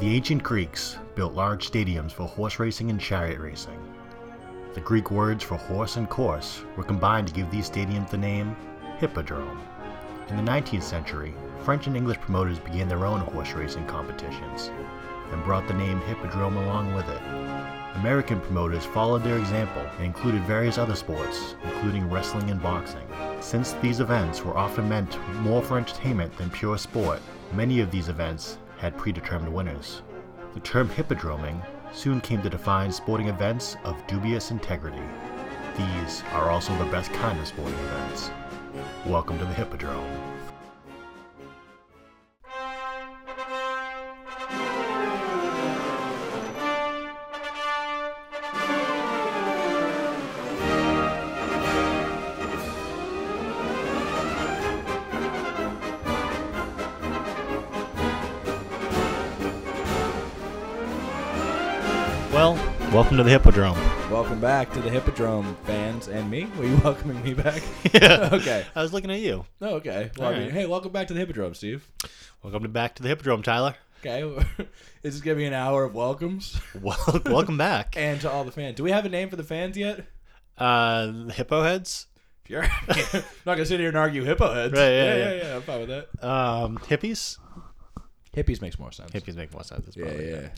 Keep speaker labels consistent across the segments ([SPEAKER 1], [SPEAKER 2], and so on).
[SPEAKER 1] The ancient Greeks built large stadiums for horse racing and chariot racing. The Greek words for horse and course were combined to give these stadiums the name hippodrome. In the 19th century, French and English promoters began their own horse racing competitions and brought the name hippodrome along with it. American promoters followed their example and included various other sports, including wrestling and boxing. Since these events were often meant more for entertainment than pure sport, many of these events had predetermined winners. The term hippodroming soon came to define sporting events of dubious integrity. These are also the best kind of sporting events. Welcome to the Hippodrome. Well, welcome to the Hippodrome.
[SPEAKER 2] Welcome back to the Hippodrome fans and me. Were you welcoming me back?
[SPEAKER 1] Yeah.
[SPEAKER 2] Okay.
[SPEAKER 1] I was looking at you.
[SPEAKER 2] No, okay. Well, I mean,
[SPEAKER 1] Alright.
[SPEAKER 2] hey, welcome back to the Hippodrome, Steve.
[SPEAKER 1] Welcome to back to the Hippodrome, Tyler.
[SPEAKER 2] Okay. this is going to be an hour of welcomes
[SPEAKER 1] Well, welcome back.
[SPEAKER 2] and to all the fans. Do we have a name for the fans yet?
[SPEAKER 1] Uh, hippo heads,
[SPEAKER 2] If you're I'm not going to sit here and argue hippo heads.
[SPEAKER 1] Right, yeah,
[SPEAKER 2] yeah,
[SPEAKER 1] yeah.
[SPEAKER 2] yeah, I'm fine with that.
[SPEAKER 1] um, hippies.
[SPEAKER 2] Hippies makes more sense.
[SPEAKER 1] Hippies make more sense. It's
[SPEAKER 2] Yeah,
[SPEAKER 1] probably
[SPEAKER 2] yeah.
[SPEAKER 1] good.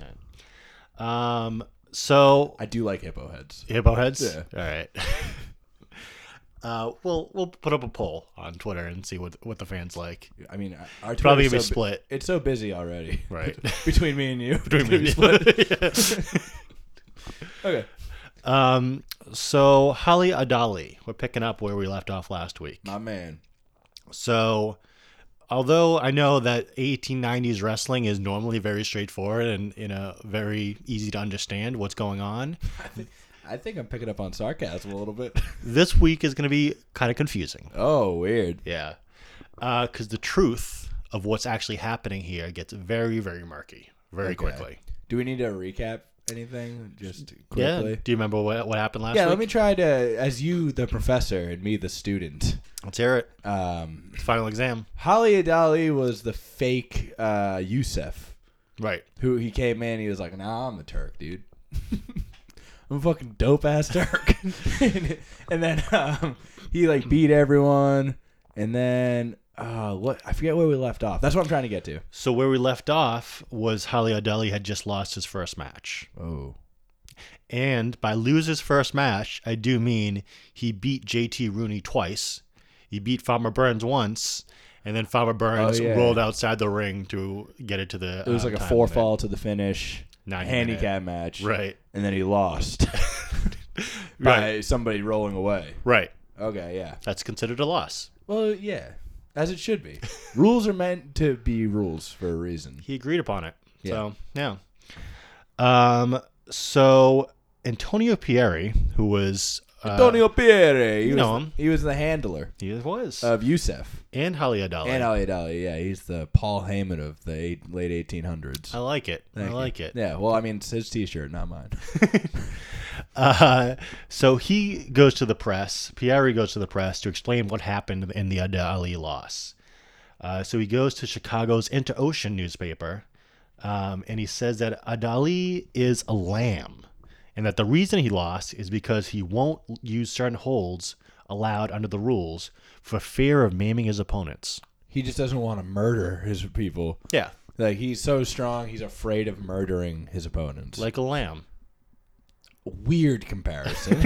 [SPEAKER 1] Alright. Um, so
[SPEAKER 2] I do like hippo heads.
[SPEAKER 1] hippo heads.
[SPEAKER 2] Yeah.
[SPEAKER 1] All right. uh, we'll we'll put up a poll on Twitter and see what what the fans like.
[SPEAKER 2] I mean, our Twitter's
[SPEAKER 1] Probably
[SPEAKER 2] so
[SPEAKER 1] gonna be
[SPEAKER 2] bu-
[SPEAKER 1] split.
[SPEAKER 2] It's so busy already.
[SPEAKER 1] Right.
[SPEAKER 2] Between me and you. Between okay.
[SPEAKER 1] um, so Holly Adali, we're picking up where we left off last week.
[SPEAKER 2] My man.
[SPEAKER 1] So, although I know that 1890s wrestling is normally very straightforward and you know very easy to understand what's going on,
[SPEAKER 2] I think I'm picking up on sarcasm a little bit.
[SPEAKER 1] this week is going to be kind of confusing.
[SPEAKER 2] Oh, weird.
[SPEAKER 1] Yeah, because the truth of what's actually happening here gets very, very murky very quickly.
[SPEAKER 2] Do we need to recap anything just
[SPEAKER 1] Yeah.
[SPEAKER 2] quickly?
[SPEAKER 1] Do you remember what what happened last
[SPEAKER 2] Yeah,
[SPEAKER 1] week?
[SPEAKER 2] let me try to as you the professor and me the student.
[SPEAKER 1] Let's hear it.
[SPEAKER 2] Um
[SPEAKER 1] It's final exam.
[SPEAKER 2] Holly Adali was the fake uh Yusef
[SPEAKER 1] Right.
[SPEAKER 2] who he came in, he was like, Nah, I'm a Turk, dude. I'm a fucking dope ass Turk. and, and then um, he like beat everyone and then uh what I forget where we left off. That's what I'm trying to get to.
[SPEAKER 1] So where we left off was Holly O'Delly had just lost his first match.
[SPEAKER 2] Oh.
[SPEAKER 1] And by lose his first match, I do mean he beat JT Rooney twice. He beat Farmer Burns once, and then Farmer Burns
[SPEAKER 2] Oh, yeah.
[SPEAKER 1] rolled outside the ring to get it to the.
[SPEAKER 2] It was
[SPEAKER 1] uh,
[SPEAKER 2] like a
[SPEAKER 1] time
[SPEAKER 2] four
[SPEAKER 1] limit.
[SPEAKER 2] fall to the finish,
[SPEAKER 1] Nine
[SPEAKER 2] handicap match,
[SPEAKER 1] Right.
[SPEAKER 2] And then he lost by
[SPEAKER 1] Right.
[SPEAKER 2] somebody rolling away.
[SPEAKER 1] Right.
[SPEAKER 2] Okay, yeah.
[SPEAKER 1] That's considered a loss.
[SPEAKER 2] Well, yeah, as it should be. rules are meant to be rules for a reason.
[SPEAKER 1] He agreed upon it.
[SPEAKER 2] Yeah.
[SPEAKER 1] So yeah. Um. So Antonio Pieri, who was uh,
[SPEAKER 2] Antonio Pierre, he
[SPEAKER 1] you
[SPEAKER 2] was,
[SPEAKER 1] know him.
[SPEAKER 2] he was the handler
[SPEAKER 1] he was
[SPEAKER 2] of Youssef
[SPEAKER 1] and Holly Adali.
[SPEAKER 2] Uh, and uh, Ali Dali. Yeah, he's the Paul Heyman of the eight, late 1800s.
[SPEAKER 1] I like it. I
[SPEAKER 2] Thank you.
[SPEAKER 1] like it.
[SPEAKER 2] Yeah, well, I mean, it's his T-shirt, not mine.
[SPEAKER 1] Uh, so he goes to the press. Pieri goes to the press to explain what happened in the Adali loss. Uh, so he goes to Chicago's Interocean newspaper, um, and he says that Adali is a lamb, and that the reason he lost is because he won't use certain holds allowed under the rules for fear of maiming his opponents.
[SPEAKER 2] he just doesn't want to murder his people.
[SPEAKER 1] Yeah,
[SPEAKER 2] Like he's so strong, he's afraid of murdering his opponents.
[SPEAKER 1] like a lamb.
[SPEAKER 2] weird comparison.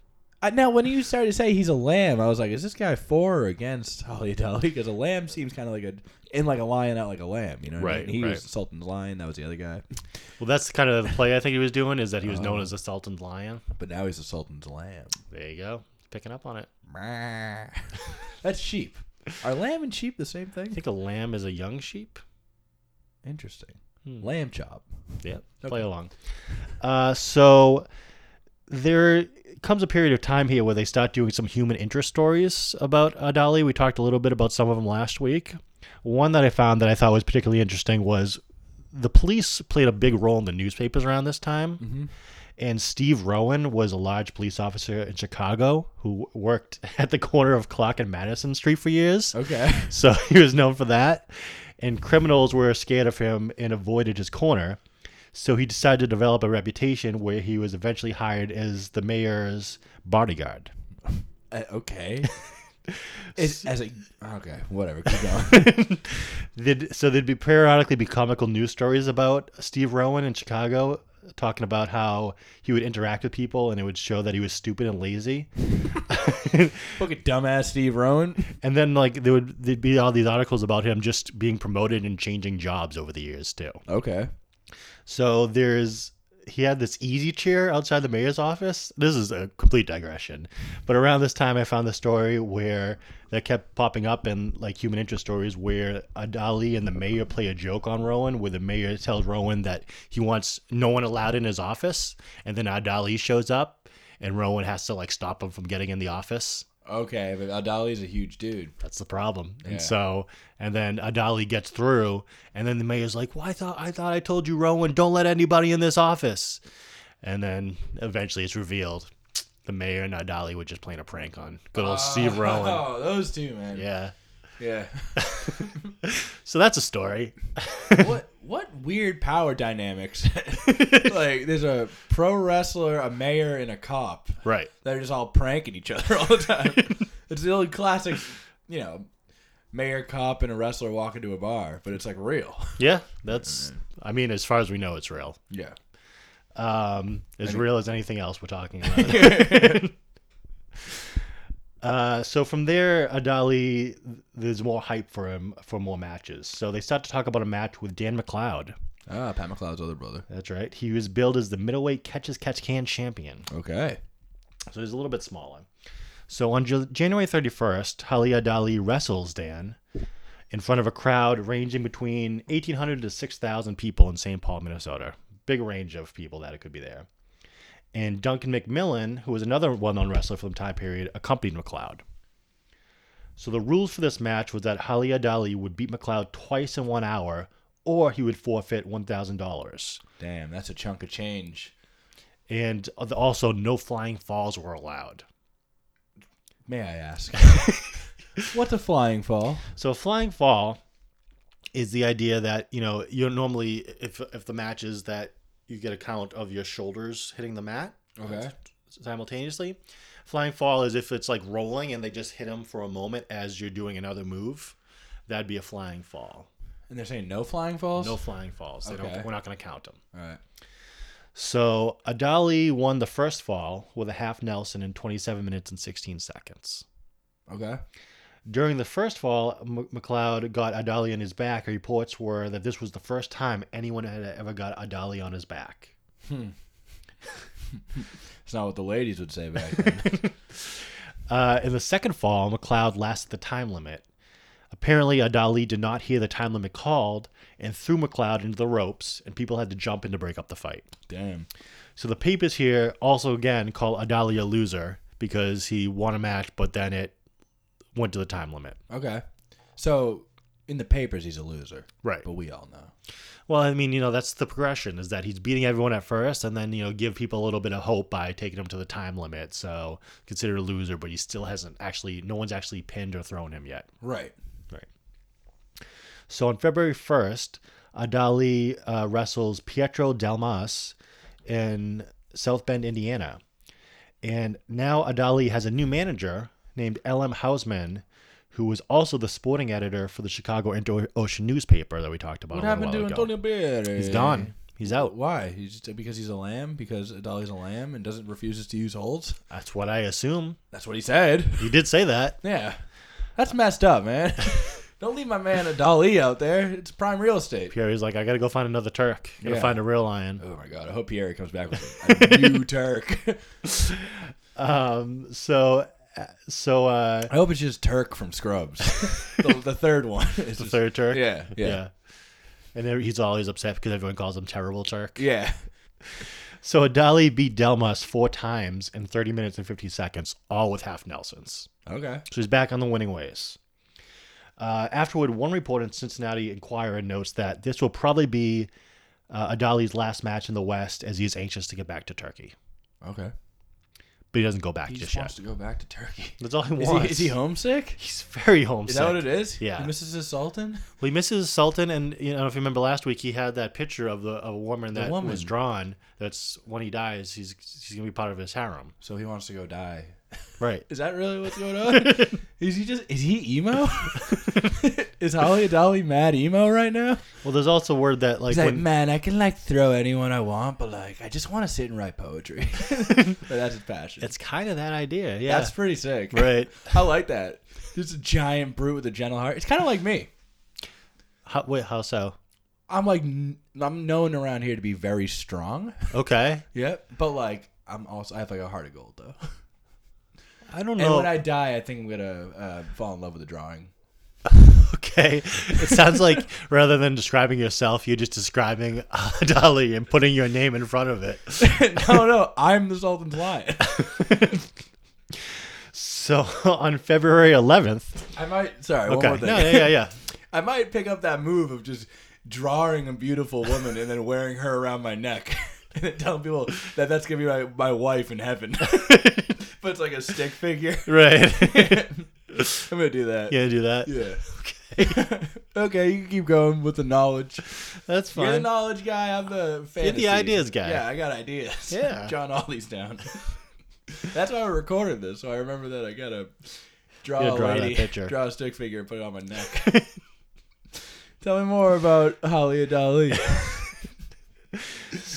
[SPEAKER 2] I, now, when you started to say he's a lamb, I was like, is this guy for or against Holly Dolly? Because a lamb seems kind of like a in like a lion out like a lamb. You know, what I
[SPEAKER 1] Right,
[SPEAKER 2] mean? He
[SPEAKER 1] right.
[SPEAKER 2] was Sultan's lion. That was the other guy,
[SPEAKER 1] Well, that's kind of the play I think he was doing is that he was known as the Sultan's lion.
[SPEAKER 2] but now he's the Sultan's lamb.
[SPEAKER 1] There you go, picking up on it.
[SPEAKER 2] That's sheep. Are lamb and sheep the same
[SPEAKER 1] I
[SPEAKER 2] thing?
[SPEAKER 1] think a lamb is a young sheep.
[SPEAKER 2] Interesting.
[SPEAKER 1] Hmm.
[SPEAKER 2] Lamb chop.
[SPEAKER 1] Yeah, play along. Uh, so there comes a period of time here where they start doing some human interest stories about Adali. We talked a little bit about some of them last week. One that I found that I thought was particularly interesting was the police played a big role in the newspapers around this time. And Steve Rowan was a large police officer in Chicago who worked at the corner of Clock and Madison Street for years.
[SPEAKER 2] Okay.
[SPEAKER 1] So he was known for that. and criminals were scared of him and avoided his corner. So he decided to develop a reputation where he was eventually hired as the mayor's bodyguard.
[SPEAKER 2] Uh, okay. As- as a okay, whatever. Keep going.
[SPEAKER 1] There'd, so there'd be periodically be comical news stories about Steve Rowan in Chicago talking about how he would interact with people and it would show that he was stupid and lazy.
[SPEAKER 2] Fucking dumbass Steve Rowan.
[SPEAKER 1] and then like there would there'd be all these articles about him just being promoted and changing jobs over the years too.
[SPEAKER 2] Okay.
[SPEAKER 1] So there's he had this easy chair outside the mayor's office. This is a complete digression, but around this time I found the story where that kept popping up in like human interest stories where Adali and the mayor play a joke on Rowan, where the mayor tells Rowan that he wants no one allowed in his office, and then Adali shows up, and Rowan has to like stop him from getting in the office.
[SPEAKER 2] Okay, but Adali's a huge dude.
[SPEAKER 1] That's the problem. And
[SPEAKER 2] Yeah.
[SPEAKER 1] so, and then Adali gets through, and then the mayor's like, "Well, I thought I thought I told you, Rowan, don't let anybody in this office." And then eventually, it's revealed the mayor and Adali were just playing a prank on good old Steve Rowan.
[SPEAKER 2] Oh, those two, man.
[SPEAKER 1] Yeah.
[SPEAKER 2] Yeah.
[SPEAKER 1] So that's a story.
[SPEAKER 2] what what weird power dynamics? like there's a pro wrestler, a mayor, and a cop.
[SPEAKER 1] Right.
[SPEAKER 2] They're just all pranking each other all the time. it's the old classic, you know, mayor, cop, and a wrestler walk into a bar, but it's like real.
[SPEAKER 1] Yeah. That's. I mean, as far as we know, it's real.
[SPEAKER 2] Yeah.
[SPEAKER 1] Um, as real as anything else we're talking about. Uh, so from there, Adali, there's more hype for him for more matches. So they start to talk about a match with Dan McLeod.
[SPEAKER 2] Ah, Pat McLeod's other brother.
[SPEAKER 1] That's right. He was billed as the middleweight catches catch can champion.
[SPEAKER 2] Okay.
[SPEAKER 1] So he's a little bit smaller. So on J- January 31st, Hali Adali wrestles Dan in front of a crowd ranging between 1,800 to 6,000 people in St. Paul, Minnesota. Big range of people that it could be there. And Duncan McMillan, who was another well known wrestler from the time period, accompanied McLeod. So the rules for this match was that Hali Adali would beat McLeod twice in one hour, or he would forfeit $1,000.
[SPEAKER 2] Damn, that's a chunk of change.
[SPEAKER 1] And also, no flying falls were allowed.
[SPEAKER 2] May I ask? What's a flying fall?
[SPEAKER 1] So a flying fall is the idea that you know you're normally if if the match is that you get a count of your shoulders hitting the mat
[SPEAKER 2] Okay.
[SPEAKER 1] simultaneously. Flying fall is if it's like rolling and they just hit him for a moment as you're doing another move. That'd be a flying fall.
[SPEAKER 2] And they're saying no flying falls?
[SPEAKER 1] No flying falls. They
[SPEAKER 2] Okay.
[SPEAKER 1] don't, we're not going to count them.
[SPEAKER 2] All right.
[SPEAKER 1] So Adali won the first fall with a half Nelson in 27 minutes and 16 seconds.
[SPEAKER 2] Okay.
[SPEAKER 1] During the first fall, M- McLeod got Adali on his back. Reports were that this was the first time anyone had ever got Adali on his back.
[SPEAKER 2] It's not what the ladies would say back then.
[SPEAKER 1] Uh, in the second fall, McLeod lasted the time limit. Apparently, Adali did not hear the time limit called and threw McLeod into the ropes, and people had to jump in to break up the fight.
[SPEAKER 2] Damn.
[SPEAKER 1] So the papers here also again call Adali a loser because he won a match, but then it went to the time limit.
[SPEAKER 2] Okay. So in the papers, he's a loser,
[SPEAKER 1] Right.
[SPEAKER 2] but we all know.
[SPEAKER 1] Well, I mean, you know, that's the progression is that he's beating everyone at first and then, you know, give people a little bit of hope by taking them to the time limit. So considered a loser, but he still hasn't actually, no one's actually pinned or thrown him yet.
[SPEAKER 2] Right.
[SPEAKER 1] Right. So on February 1st, Adali uh, wrestles Pietro Delmas in South Bend, Indiana. And now Adali has a new manager named L.M. Hausman, who was also the sporting editor for the Chicago Inter-Ocean newspaper that we talked about.
[SPEAKER 2] What
[SPEAKER 1] a little
[SPEAKER 2] happened to
[SPEAKER 1] while ago.
[SPEAKER 2] Antonio Pierre?
[SPEAKER 1] He's done. He's out.
[SPEAKER 2] Why? He's just, because he's a lamb? Because Adali's a lamb and doesn't refuses to use holds?
[SPEAKER 1] That's what I assume.
[SPEAKER 2] That's what he said.
[SPEAKER 1] He did say that.
[SPEAKER 2] Yeah. That's messed up, man. Don't leave my man Adali out there. It's prime real estate.
[SPEAKER 1] Pierre's like, I gotta go find another Turk. Gotta
[SPEAKER 2] Yeah.
[SPEAKER 1] find a real lion.
[SPEAKER 2] Oh my god, I hope Pierre comes back with a new Turk.
[SPEAKER 1] Um. So, uh, so uh,
[SPEAKER 2] I hope it's just Turk from Scrubs. the, the third one. It's
[SPEAKER 1] the
[SPEAKER 2] just-
[SPEAKER 1] third Turk.
[SPEAKER 2] Yeah, yeah. Yeah.
[SPEAKER 1] And then he's always upset because everyone calls him terrible Turk. So Adali beat Delmas four times in 30 minutes and 50 seconds, all with half Nelsons.
[SPEAKER 2] Okay.
[SPEAKER 1] So he's back on the winning ways. Uh, afterward, one report in Cincinnati Inquirer notes that this will probably be uh, Adali's last match in the West as he is anxious to get back to Turkey.
[SPEAKER 2] Okay.
[SPEAKER 1] but he doesn't go back
[SPEAKER 2] He
[SPEAKER 1] just,
[SPEAKER 2] just wants
[SPEAKER 1] yet.
[SPEAKER 2] to go back to Turkey.
[SPEAKER 1] That's all he
[SPEAKER 2] Is
[SPEAKER 1] wants.
[SPEAKER 2] he, is he homesick?
[SPEAKER 1] He's very homesick.
[SPEAKER 2] Is that what it is?
[SPEAKER 1] Yeah.
[SPEAKER 2] He misses his Sultan?
[SPEAKER 1] Well, he misses Sultan, and you know if you remember last week, he had that picture of the of a woman that
[SPEAKER 2] woman.
[SPEAKER 1] was drawn. That's when he dies, he's he's gonna be part of his harem.
[SPEAKER 2] So he wants to go die.
[SPEAKER 1] Right.
[SPEAKER 2] Is that really what's going on? is he just, is he emo? is Holly Dolly mad emo right now?
[SPEAKER 1] Well, there's also word that like
[SPEAKER 2] He's like,
[SPEAKER 1] when
[SPEAKER 2] man, I can like throw anyone I want, but like, I just want to sit and write poetry. but that's his passion.
[SPEAKER 1] it's kind of that idea. Yeah.
[SPEAKER 2] That's pretty sick.
[SPEAKER 1] right.
[SPEAKER 2] I like that. Just a giant brute with a gentle heart. It's kind of like me.
[SPEAKER 1] How, wait, how so?
[SPEAKER 2] I'm like, n- I'm known around here to be very strong.
[SPEAKER 1] Okay.
[SPEAKER 2] Yep. But like, I'm also, I have like a heart of gold though.
[SPEAKER 1] I don't
[SPEAKER 2] And
[SPEAKER 1] know.
[SPEAKER 2] when I die, I think I'm gonna uh, fall in love with a drawing.
[SPEAKER 1] okay. It sounds like rather than describing yourself, you're just describing uh, Dali and putting your name in front of it.
[SPEAKER 2] no, no, I'm the Sultan's lion.
[SPEAKER 1] So on February 11th.
[SPEAKER 2] I might. Sorry, one
[SPEAKER 1] Okay.
[SPEAKER 2] more thing.
[SPEAKER 1] No, yeah, yeah, yeah.
[SPEAKER 2] I might pick up that move of just drawing a beautiful woman and then wearing her around my neck. And then telling people that that's gonna be my, my wife in heaven, but it's like a stick figure.
[SPEAKER 1] Right.
[SPEAKER 2] I'm gonna do that.
[SPEAKER 1] yeah, do that.
[SPEAKER 2] Yeah. Okay. okay, you can keep going with the knowledge.
[SPEAKER 1] That's
[SPEAKER 2] You're the
[SPEAKER 1] fine.
[SPEAKER 2] knowledge guy. I'm the fantasy.
[SPEAKER 1] ideas guy.
[SPEAKER 2] Yeah, I got ideas.
[SPEAKER 1] Yeah.
[SPEAKER 2] John Ollie's down. That's why I recorded this. So I remember that I gotta draw
[SPEAKER 1] Yeah,
[SPEAKER 2] a
[SPEAKER 1] draw that
[SPEAKER 2] lady,
[SPEAKER 1] picture.
[SPEAKER 2] draw a stick figure, and put it on my neck. Tell me more about Holly Adali.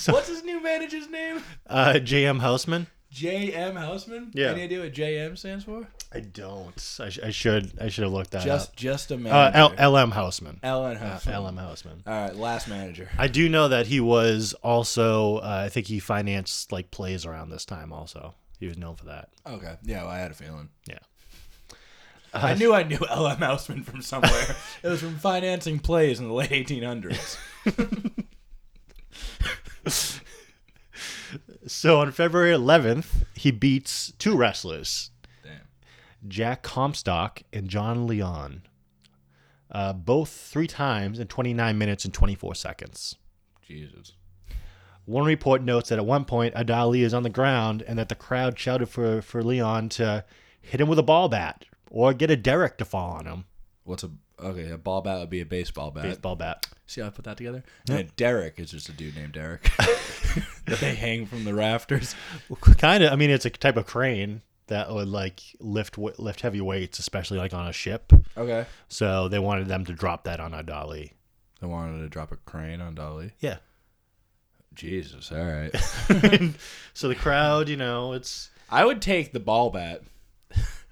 [SPEAKER 2] What's his new manager's name?
[SPEAKER 1] Uh, J.M. Houseman.
[SPEAKER 2] J.M. Houseman.
[SPEAKER 1] Yeah. Uh,
[SPEAKER 2] Any idea what J.M. stands for?
[SPEAKER 1] I don't. I, sh- I should. I should have looked that
[SPEAKER 2] Just, just a
[SPEAKER 1] up. Uh,
[SPEAKER 2] manager.
[SPEAKER 1] L- L.M. Houseman.
[SPEAKER 2] Ellen
[SPEAKER 1] Uh,
[SPEAKER 2] Houseman.
[SPEAKER 1] L.M. Houseman.
[SPEAKER 2] All right, last manager.
[SPEAKER 1] I do know that he was also. Uh, I think he financed like plays around this time. Also, he was known for that.
[SPEAKER 2] Okay. Yeah, well, I had a feeling.
[SPEAKER 1] Yeah.
[SPEAKER 2] I knew I knew L.M. Houseman from somewhere. it was from financing plays in the late 1800s.
[SPEAKER 1] So on February 11th, he beats two wrestlers,
[SPEAKER 2] Damn.
[SPEAKER 1] Jack Comstock and John Leon, uh, both three times in 29 minutes and 24 seconds.
[SPEAKER 2] Jesus.
[SPEAKER 1] One report notes that at one point Adali is on the ground and that the crowd shouted for, for Leon to hit him with a ball bat or get a derrick to fall on him.
[SPEAKER 2] What's a okay? A ball bat would be a baseball bat.
[SPEAKER 1] Baseball bat.
[SPEAKER 2] See how I put that together? And Derek is just a dude named Derek that they hang from the rafters.
[SPEAKER 1] Kind of. I mean, it's a type of crane that would like lift w- lift heavy weights, especially like on a ship.
[SPEAKER 2] Okay.
[SPEAKER 1] So they wanted them to drop that on Adali.
[SPEAKER 2] I wanted to drop a crane on Dolly.
[SPEAKER 1] Yeah.
[SPEAKER 2] Jesus. All right.
[SPEAKER 1] so the crowd, you know, it's
[SPEAKER 2] I would take the ball bat.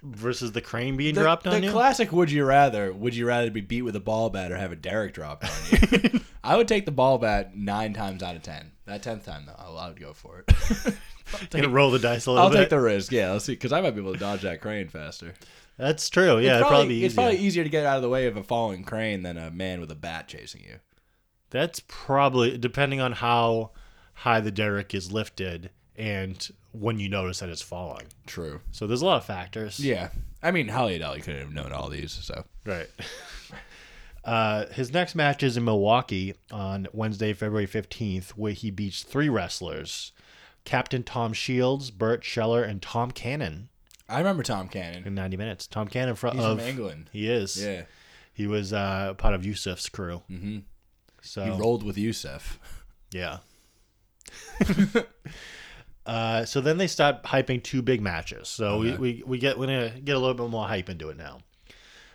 [SPEAKER 1] versus the crane being
[SPEAKER 2] The,
[SPEAKER 1] dropped
[SPEAKER 2] the
[SPEAKER 1] on you.
[SPEAKER 2] classic would you rather would you rather be beat with a ball bat or have a Derek dropped on you? I would take the ball bat nine times out of ten. That tenth time though, I, I would go for it.
[SPEAKER 1] Gonna roll the dice a little
[SPEAKER 2] I'll
[SPEAKER 1] bit.
[SPEAKER 2] take the risk. Yeah, let's see, because I might be able to dodge that crane faster.
[SPEAKER 1] That's true. Yeah, it'd probably be
[SPEAKER 2] it's
[SPEAKER 1] easier.
[SPEAKER 2] probably easier to get out of the way of a falling crane than a man with a bat chasing you.
[SPEAKER 1] That's probably depending on how high the derrick is lifted and when you notice that it's falling.
[SPEAKER 2] True.
[SPEAKER 1] So there's a lot of factors.
[SPEAKER 2] Yeah. I mean, Holly Dolly couldn't have known all these, so.
[SPEAKER 1] Right. Uh, his next match is in Milwaukee on Wednesday, February 15th, where he beats three wrestlers Captain Tom Shields, Burt Scheller, and Tom Cannon
[SPEAKER 2] I remember Tom Cannon.
[SPEAKER 1] in 90 minutes. Tom Cannon fro-
[SPEAKER 2] He's
[SPEAKER 1] of.
[SPEAKER 2] from England.
[SPEAKER 1] He is.
[SPEAKER 2] Yeah.
[SPEAKER 1] He was uh, part of Yusuf's crew. Mm-hmm. So
[SPEAKER 2] He
[SPEAKER 1] Oh.
[SPEAKER 2] rolled with Yusef.
[SPEAKER 1] Yeah. uh, so then they start hyping two big matches. So
[SPEAKER 2] Okay.
[SPEAKER 1] we, we, we get we're gonna get a little bit more hype into it now.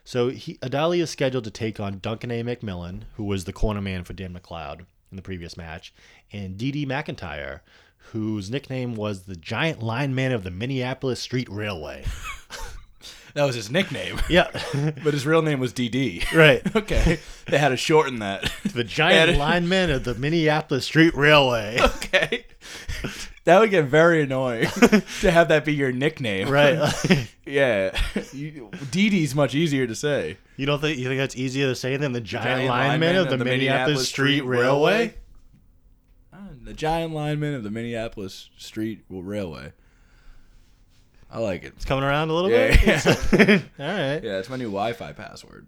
[SPEAKER 1] So he, Adali is scheduled to take on Duncan A. McMillan, who was the corner man for Dan McLeod in the previous match, and D.D. McIntyre, whose nickname was the Giant Lineman of the Minneapolis Street Railway.
[SPEAKER 2] That was his nickname,
[SPEAKER 1] Yeah,
[SPEAKER 2] but his real name was DD.
[SPEAKER 1] right.
[SPEAKER 2] Okay. They had to shorten that.
[SPEAKER 1] The Giant
[SPEAKER 2] And-
[SPEAKER 1] Lineman of the Minneapolis Street Railway.
[SPEAKER 2] okay. That would get very annoying to have that be your nickname.
[SPEAKER 1] Right.
[SPEAKER 2] Yeah. You, DD's much easier to say.
[SPEAKER 1] You don't think you think that's easier to say than the giant, lineman, of the, Minneapolis Street Railway?
[SPEAKER 2] Ah, The giant lineman of the Minneapolis Street Railway. I like it.
[SPEAKER 1] It's coming around a little
[SPEAKER 2] Yeah,
[SPEAKER 1] bit.
[SPEAKER 2] yeah.
[SPEAKER 1] All right.
[SPEAKER 2] Yeah, it's my new Wi-Fi password.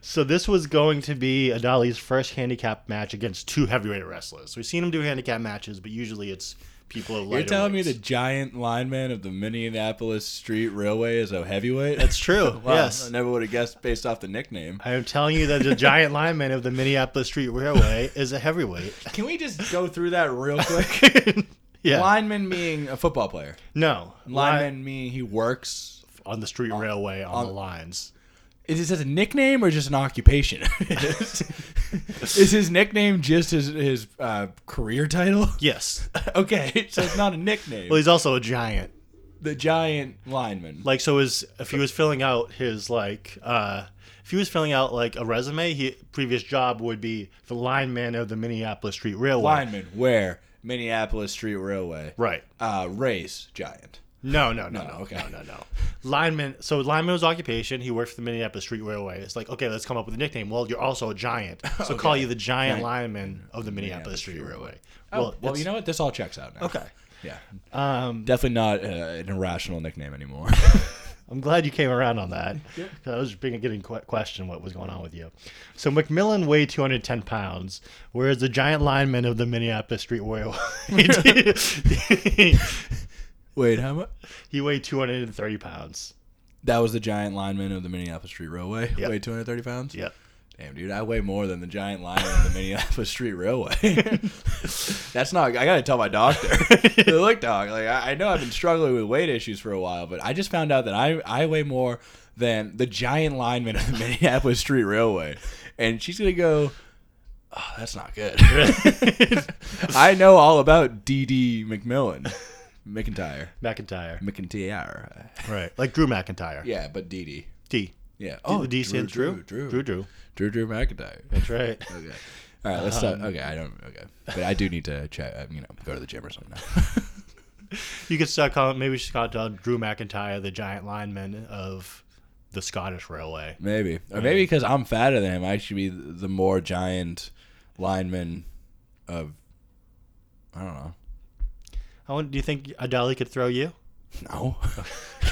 [SPEAKER 1] So this was going to be Adali's first handicap match against two heavyweight wrestlers. We've seen him do handicap matches, but usually it's people are lighter
[SPEAKER 2] You're telling me
[SPEAKER 1] weights.
[SPEAKER 2] the giant lineman of the Minneapolis Street Railway is a heavyweight?
[SPEAKER 1] That's true.
[SPEAKER 2] Wow,
[SPEAKER 1] yes.
[SPEAKER 2] I never would have guessed based off the nickname.
[SPEAKER 1] I am telling you that the giant lineman of the Minneapolis Street Railway is a heavyweight.
[SPEAKER 2] Can we just go through that real quick?
[SPEAKER 1] yeah.
[SPEAKER 2] Lineman meaning a football player.
[SPEAKER 1] No.
[SPEAKER 2] Lineman meaning he works.
[SPEAKER 1] Li- on the street railway on, the lines.
[SPEAKER 2] Is this a nickname or just an occupation? is his nickname just his his uh, career title?
[SPEAKER 1] Yes.
[SPEAKER 2] okay, so it's not a nickname.
[SPEAKER 1] Well, he's also a giant.
[SPEAKER 2] the giant lineman.
[SPEAKER 1] Like so his if he was filling out his like uh if he was filling out like a resume, he previous job would be the lineman of the Minneapolis Street Railway.
[SPEAKER 2] Lineman, where? Minneapolis Street Railway.
[SPEAKER 1] Right.
[SPEAKER 2] Uh, race, giant.
[SPEAKER 1] No, no, no,
[SPEAKER 2] No,
[SPEAKER 1] no,
[SPEAKER 2] okay.
[SPEAKER 1] no, no, no. Lineman. So lineman was occupation. He worked for the Minneapolis Street Railway. It's like, okay, let's come up with a nickname. Well, you're also a giant, so call you the giant
[SPEAKER 2] Giant.
[SPEAKER 1] lineman of the Minneapolis Street Railway.
[SPEAKER 2] Well, Oh, well
[SPEAKER 1] it's-
[SPEAKER 2] you know what? This all checks out now.
[SPEAKER 1] Okay.
[SPEAKER 2] Yeah.
[SPEAKER 1] Um,
[SPEAKER 2] Definitely not uh, an irrational nickname anymore.
[SPEAKER 1] I'm glad you came around on that. 'Cause I was being getting que- questioned what was going on with you. So McMillan weighed 210 pounds, whereas the giant lineman of the Minneapolis Street Railway
[SPEAKER 2] Wait, how much?
[SPEAKER 1] he weighed 230 pounds.
[SPEAKER 2] That was the giant lineman of the Minneapolis Street Railway.
[SPEAKER 1] Yeah.
[SPEAKER 2] Weigh 230 pounds?
[SPEAKER 1] Yep.
[SPEAKER 2] Damn, dude, I weigh more than the giant lineman of the Minneapolis Street Railway. That's not, I got to tell my doctor. Look, dog, like, I, I know I've been struggling with weight issues for a while, but I just found out that I, I weigh more than the giant lineman of the Minneapolis Street Railway. And she's going to go, oh, that's not good. I know all about D.D. McMillan. McIntyre.
[SPEAKER 1] McIntyre.
[SPEAKER 2] McIntyre.
[SPEAKER 1] Right. Like Drew McIntyre.
[SPEAKER 2] Yeah, but D.D.
[SPEAKER 1] D.
[SPEAKER 2] Yeah.
[SPEAKER 1] Oh, D stands Drew.
[SPEAKER 2] Drew.
[SPEAKER 1] Drew.
[SPEAKER 2] Drew.
[SPEAKER 1] Drew.
[SPEAKER 2] Drew. Drew McIntyre.
[SPEAKER 1] That's right.
[SPEAKER 2] Okay. All right. Let's stop. Okay. I don't. Okay. But I do need to check. um, You know, go to the gym or something. Now.
[SPEAKER 1] You could start calling. Maybe we should call it Drew McIntyre the giant lineman of the Scottish Railway.
[SPEAKER 2] maybe. Or maybe because I'm fatter than him, I should be th- the more giant lineman of. I don't know.
[SPEAKER 1] I wonder, do you think Adali could throw you?
[SPEAKER 2] No.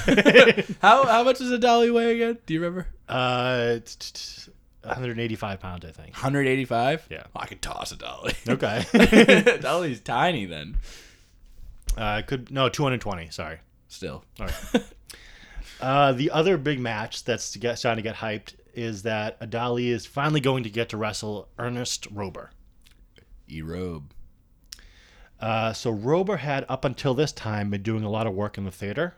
[SPEAKER 2] how how much does a dolly weigh again? Do you remember?
[SPEAKER 1] Uh, t- t- t- 185 pounds, I think.
[SPEAKER 2] 185.
[SPEAKER 1] Yeah.
[SPEAKER 2] I could toss a dolly.
[SPEAKER 1] Okay.
[SPEAKER 2] Dolly's tiny then.
[SPEAKER 1] uh, could no 220. Sorry.
[SPEAKER 2] Still.
[SPEAKER 1] All right. uh, the other big match that's to get, starting to get hyped is that Adali is finally going to get to wrestle Ernest Rober.
[SPEAKER 2] Erobe.
[SPEAKER 1] Uh, so Rober had up until this time been doing a lot of work in the theater.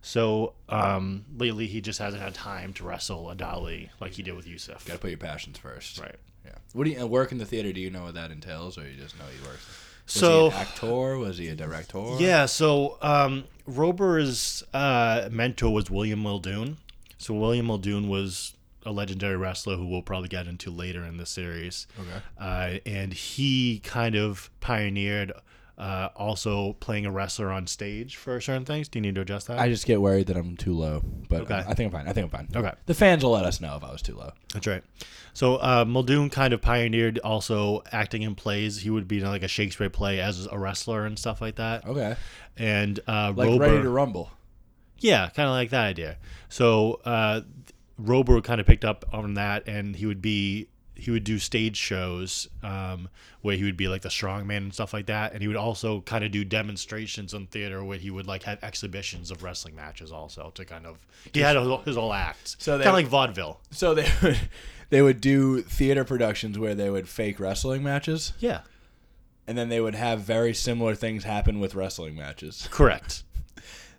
[SPEAKER 1] So um, lately he just hasn't had time to wrestle Adali like he did with Yusuf.
[SPEAKER 2] Got to put your passions first.
[SPEAKER 1] Right.
[SPEAKER 2] Yeah. What do you uh, work in the theater? Do you know what that entails, or you just know he works? Was
[SPEAKER 1] So-
[SPEAKER 2] he an actor? Was he a director?
[SPEAKER 1] Yeah, so um, Rober's uh, mentor was William Muldoon. So William Muldoon was a legendary wrestler who we'll probably get into later in the series.
[SPEAKER 2] Okay.
[SPEAKER 1] Uh, and he kind of pioneered uh, also playing a wrestler on stage for certain things. Do you need to adjust that?
[SPEAKER 2] I just get worried that I'm too low, but
[SPEAKER 1] Okay.
[SPEAKER 2] I think I'm fine. I think I'm fine.
[SPEAKER 1] Okay.
[SPEAKER 2] The fans will let us know if I was too low.
[SPEAKER 1] That's right. So uh, Muldoon kind of pioneered also acting in plays. He would be in like a Shakespeare play as a wrestler and stuff like that.
[SPEAKER 2] Okay.
[SPEAKER 1] And uh,
[SPEAKER 2] Oh. Like
[SPEAKER 1] Rober,
[SPEAKER 2] ready to rumble.
[SPEAKER 1] Yeah, kind of like that idea. So uh, Rober kind of picked up on that, and he would be he would do stage shows um, where he would be like the strongman and stuff like that, and he would also kind of do demonstrations in theater where he would like have exhibitions of wrestling matches also to kind of he had a, whole- his whole act,
[SPEAKER 2] So
[SPEAKER 1] so
[SPEAKER 2] they-
[SPEAKER 1] kind of like vaudeville.
[SPEAKER 2] So they would, they would do theater productions where they would fake wrestling matches,
[SPEAKER 1] Yeah,
[SPEAKER 2] and then they would have very similar things happen with wrestling matches.
[SPEAKER 1] correct.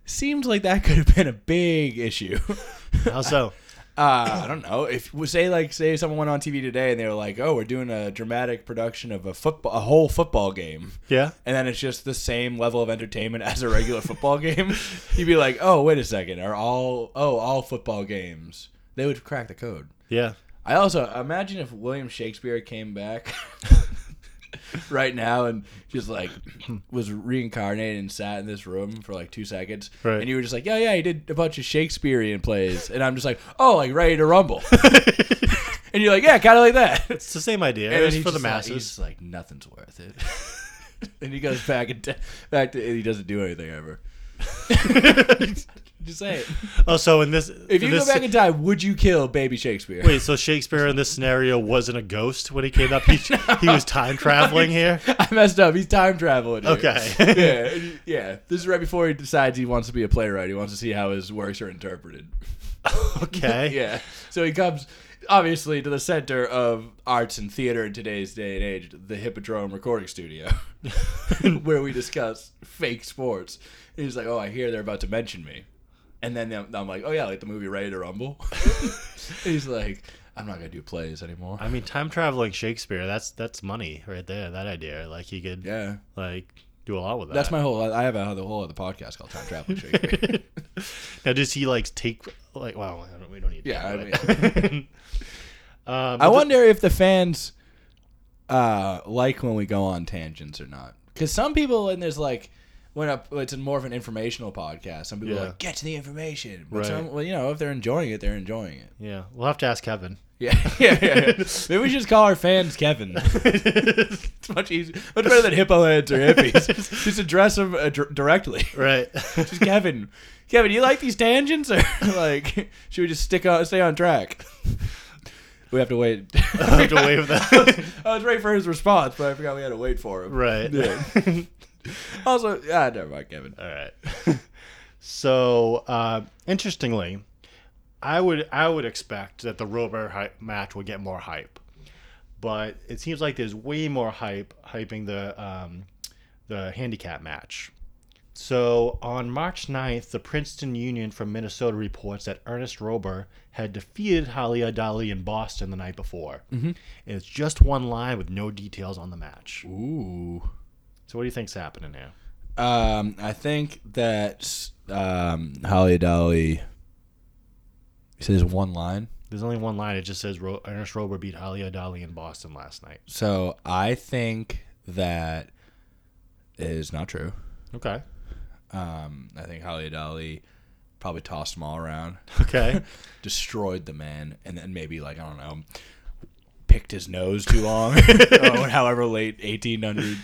[SPEAKER 2] Seems like that could have been a big issue.
[SPEAKER 1] How so?
[SPEAKER 2] uh, I don't know if say like say someone went on TV today and they were like, "Oh, we're doing a dramatic production of a football, a whole football game,"
[SPEAKER 1] Yeah.
[SPEAKER 2] and then it's just the same level of entertainment as a regular football game. You'd be like, "Oh, wait a second, are all oh all football games?" They would crack the code.
[SPEAKER 1] Yeah.
[SPEAKER 2] I also imagine if William Shakespeare came back right now and just like was reincarnated and sat in this room for like two seconds,
[SPEAKER 1] Right.
[SPEAKER 2] and you were just like, yeah, yeah, he did a bunch of Shakespearean plays, and I'm just like, oh, like Ready to Rumble, and you're like, yeah, kind of like that.
[SPEAKER 1] It's the same idea.
[SPEAKER 2] And
[SPEAKER 1] It's
[SPEAKER 2] he's
[SPEAKER 1] for the
[SPEAKER 2] just like-
[SPEAKER 1] masses.
[SPEAKER 2] he's just like nothing's worth it. and he goes back and t- back to and he doesn't do anything ever. Just say it.
[SPEAKER 1] Oh, so in this,
[SPEAKER 2] If you
[SPEAKER 1] this,
[SPEAKER 2] go back in time, would you kill baby Shakespeare?
[SPEAKER 1] wait, so Shakespeare in this scenario wasn't a ghost when he came up. He, he was time traveling here.
[SPEAKER 2] I messed up. He's time traveling. here.
[SPEAKER 1] Okay.
[SPEAKER 2] yeah, yeah. This is right before he decides he wants to be a playwright. He wants to see how his works are interpreted.
[SPEAKER 1] okay.
[SPEAKER 2] Yeah. So he comes obviously to the center of arts and theater in today's day and age, the Hippodrome recording studio, where we discuss fake sports. And he's like, "Oh, I hear they're about to mention me." And then I'm- I'm like, "Oh yeah, like the movie Ready to Rumble." And he's like, "I'm not gonna do plays anymore."
[SPEAKER 1] I mean, time traveling Shakespeare. That's that's money right there. That idea. Like he could
[SPEAKER 2] Yeah.
[SPEAKER 1] like do a lot with that.
[SPEAKER 2] That's my whole. I have a the whole other podcast called Time Traveling Shakespeare.
[SPEAKER 1] now does he like take like wow I don't, we don't need to
[SPEAKER 2] Yeah, I
[SPEAKER 1] talk about it. um,
[SPEAKER 2] I wonder if the fans uh, like when we go on tangents or not. Because some people, and there's like, when a, it's more of an informational podcast, some people
[SPEAKER 1] Yeah.
[SPEAKER 2] are like, get to the information. But
[SPEAKER 1] Right.
[SPEAKER 2] some, well, you know, if they're enjoying it, they're enjoying it.
[SPEAKER 1] yeah we'll have to ask Kevin
[SPEAKER 2] Yeah. yeah, yeah, yeah. Maybe we should just call our fans Kevin. it's much easier. Much better than hippo heads or hippies. just address them uh, dir- directly.
[SPEAKER 1] right
[SPEAKER 2] Just Kevin. Kevin, you like these tangents, or like should we just stick on, stay on track? We have to wait.
[SPEAKER 1] I'll have to wave that
[SPEAKER 2] I was ready for his response, but I forgot we had to wait for him.
[SPEAKER 1] right
[SPEAKER 2] Yeah. also, ah, never mind, Kevin.
[SPEAKER 1] all right so uh, interestingly I would I would expect that the Robert hype match would get more hype but it seems like there's way more hype hyping the um, the handicap match. So on March 9th, the Princeton Union from Minnesota reports that Ernest Rober had defeated Halia Dali in Boston the night before. And it's just one line with no details on the match.
[SPEAKER 2] Ooh.
[SPEAKER 1] So what do you think's happening here?
[SPEAKER 2] Um, I think that um, Holly Dolly. So there's one line.
[SPEAKER 1] There's only one line. It just says Ro- Ernest Rober beat Halia Dali in Boston last night.
[SPEAKER 2] So I think that is not true.
[SPEAKER 1] Okay.
[SPEAKER 2] Um, I think Holly Dolly probably tossed them all around.
[SPEAKER 1] Okay.
[SPEAKER 2] destroyed the man, and then maybe like I don't know, picked his nose too long, or however late 1800s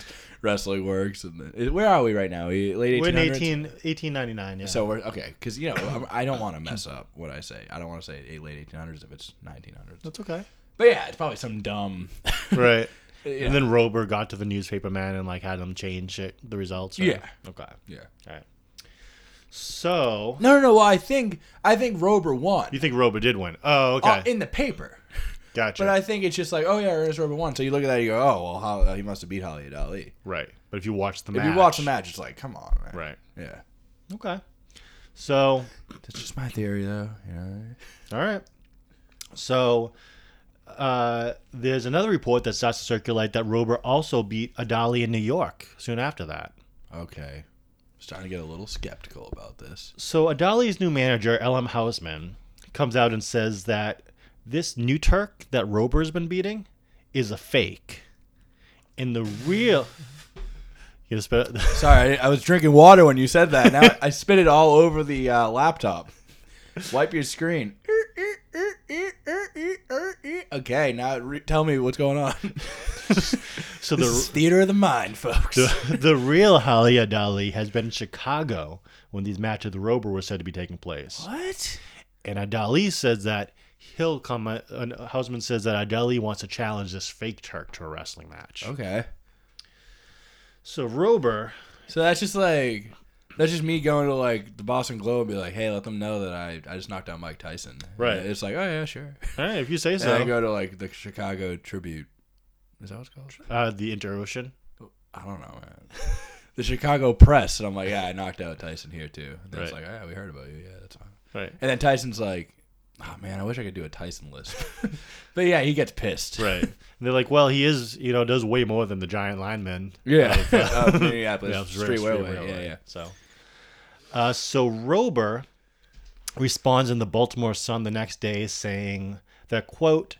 [SPEAKER 2] wrestling works. And the, where are we right now? We- Late 1800s.
[SPEAKER 1] We're in 18, 1899. Yeah.
[SPEAKER 2] So we're okay because you know I'm- I don't want to mess up what I say. I don't want to say eh, late 1800s if it's 1900s.
[SPEAKER 1] that's okay.
[SPEAKER 2] But yeah, it's probably some dumb.
[SPEAKER 1] Right.
[SPEAKER 2] Yeah.
[SPEAKER 1] And then Rober got to the newspaper man and like had him change it, the results. or-
[SPEAKER 2] Yeah.
[SPEAKER 1] Okay.
[SPEAKER 2] yeah.
[SPEAKER 1] All right. So
[SPEAKER 2] No, no, no. Well, I think I think Rober won
[SPEAKER 1] you think Rober did win? Oh, okay.
[SPEAKER 2] uh, in the paper.
[SPEAKER 1] gotcha.
[SPEAKER 2] But I think it's just like, oh yeah, Ernest Rober won. So you look at that, you go, oh well, Hol- he must have beat Holly Ali.
[SPEAKER 1] right. But if you watch the
[SPEAKER 2] If
[SPEAKER 1] match,
[SPEAKER 2] you watch the match, it's like, come on, man.
[SPEAKER 1] right?
[SPEAKER 2] Yeah.
[SPEAKER 1] Okay. So
[SPEAKER 2] That's just my theory, though. You know?
[SPEAKER 1] all right. So uh, there's another report that starts to circulate that Rober also beat Adali in New York soon after that.
[SPEAKER 2] Okay. Starting to get a little skeptical about this.
[SPEAKER 1] So Adali's new manager, L.M. Hausman, comes out and says that this new Turk that Rober's been beating is a fake. And the real. You spell
[SPEAKER 2] Sorry, I I was drinking water when you said that. Now I spit it all over the uh, laptop. Wipe your screen. Okay, now re- tell me what's going on.
[SPEAKER 1] so
[SPEAKER 2] This is theater of the mind, folks.
[SPEAKER 1] the the real Halia Dali has been in Chicago when these matches with Rober were said to be taking place.
[SPEAKER 2] What?
[SPEAKER 1] And Adali says that he'll come. Uh, uh, Hausman says that Adali wants to challenge this fake Turk to a wrestling match.
[SPEAKER 2] Okay.
[SPEAKER 1] So Rober,
[SPEAKER 2] So that's just like that's just me going to like the Boston Globe and be like, hey, let them know that I I just knocked out Mike Tyson.
[SPEAKER 1] Right.
[SPEAKER 2] It's like, oh yeah, sure.
[SPEAKER 1] all right, if you say
[SPEAKER 2] And I
[SPEAKER 1] so.
[SPEAKER 2] go to like the Chicago Tribute. Is that what it's called?
[SPEAKER 1] Uh, the Interocean.
[SPEAKER 2] I don't know, man. the Chicago Press, and I'm like, yeah, I knocked out Tyson here too. And then it's
[SPEAKER 1] Right.
[SPEAKER 2] like, "Oh, yeah, we heard about you. Yeah, that's fine.
[SPEAKER 1] Right.
[SPEAKER 2] And then Tyson's like, oh man, I wish I could do a Tyson list. but yeah, he gets pissed.
[SPEAKER 1] Right. And they're like, well, he is, you know, does way more than the giant lineman.
[SPEAKER 2] Yeah, of Minneapolis
[SPEAKER 1] Oh, Yeah, it's
[SPEAKER 2] Street
[SPEAKER 1] Street
[SPEAKER 2] Railway.
[SPEAKER 1] Railway.
[SPEAKER 2] Yeah, yeah.
[SPEAKER 1] So, uh, so Rober responds in the Baltimore Sun the next day saying that quote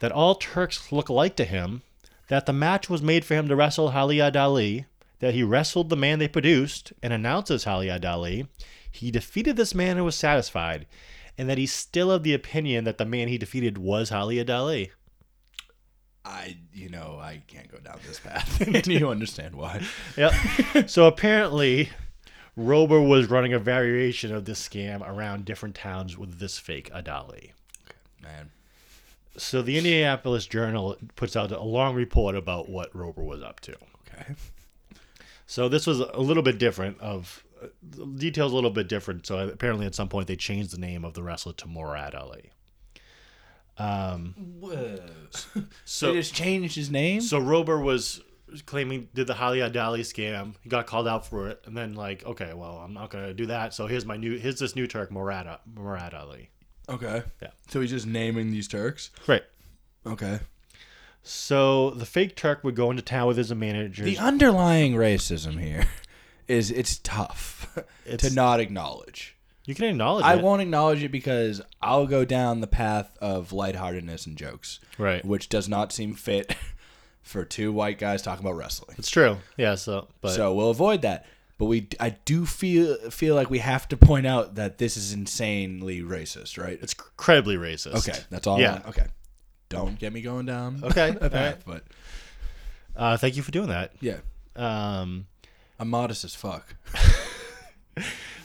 [SPEAKER 1] that all Turks look alike to him, that the match was made for him to wrestle Halia Dali, that he wrestled the man they produced and announces Halia Dali, he defeated this man and was satisfied, and that he's still of the opinion that the man he defeated was Halia Dali.
[SPEAKER 2] I, you know, I can't go down this path. Do you understand why?
[SPEAKER 1] Yep. so apparently, Rober was running a variation of this scam around different towns with this fake Adali.
[SPEAKER 2] Man.
[SPEAKER 1] So the Indianapolis Journal puts out a long report about what Rober was up to.
[SPEAKER 2] Okay.
[SPEAKER 1] So this was a little bit different of uh, details a little bit different. So apparently at some point they changed the name of the wrestler to Murad Ali.
[SPEAKER 2] Whoa.
[SPEAKER 1] So
[SPEAKER 2] they just changed his name.
[SPEAKER 1] So Rober was claiming did the Holly Adali scam. He got called out for it, and then like, okay, well, I'm not gonna do that. So here's my new here's this new Turk Murad Murad Ali.
[SPEAKER 2] okay.
[SPEAKER 1] Yeah.
[SPEAKER 2] So he's just naming these Turks.
[SPEAKER 1] Right.
[SPEAKER 2] Okay.
[SPEAKER 1] So the fake Turk would go into town with his manager.
[SPEAKER 2] The underlying racism here is it's tough
[SPEAKER 1] It's-
[SPEAKER 2] to not acknowledge.
[SPEAKER 1] you can acknowledge
[SPEAKER 2] I
[SPEAKER 1] it.
[SPEAKER 2] won't acknowledge it because I'll go down the path of lightheartedness and jokes,
[SPEAKER 1] Right.
[SPEAKER 2] which does not seem fit for two white guys talking about wrestling.
[SPEAKER 1] It's true. Yeah. So, but
[SPEAKER 2] So we'll avoid that. But we, I do feel feel like we have to point out that this is insanely racist, right?
[SPEAKER 1] it's incredibly racist.
[SPEAKER 2] Okay, that's all. I
[SPEAKER 1] Yeah.
[SPEAKER 2] want. Okay. Don't get me going down.
[SPEAKER 1] Okay,
[SPEAKER 2] that path,
[SPEAKER 1] alright.
[SPEAKER 2] But
[SPEAKER 1] Uh, thank you for doing that.
[SPEAKER 2] yeah,
[SPEAKER 1] Um,
[SPEAKER 2] I'm modest as fuck.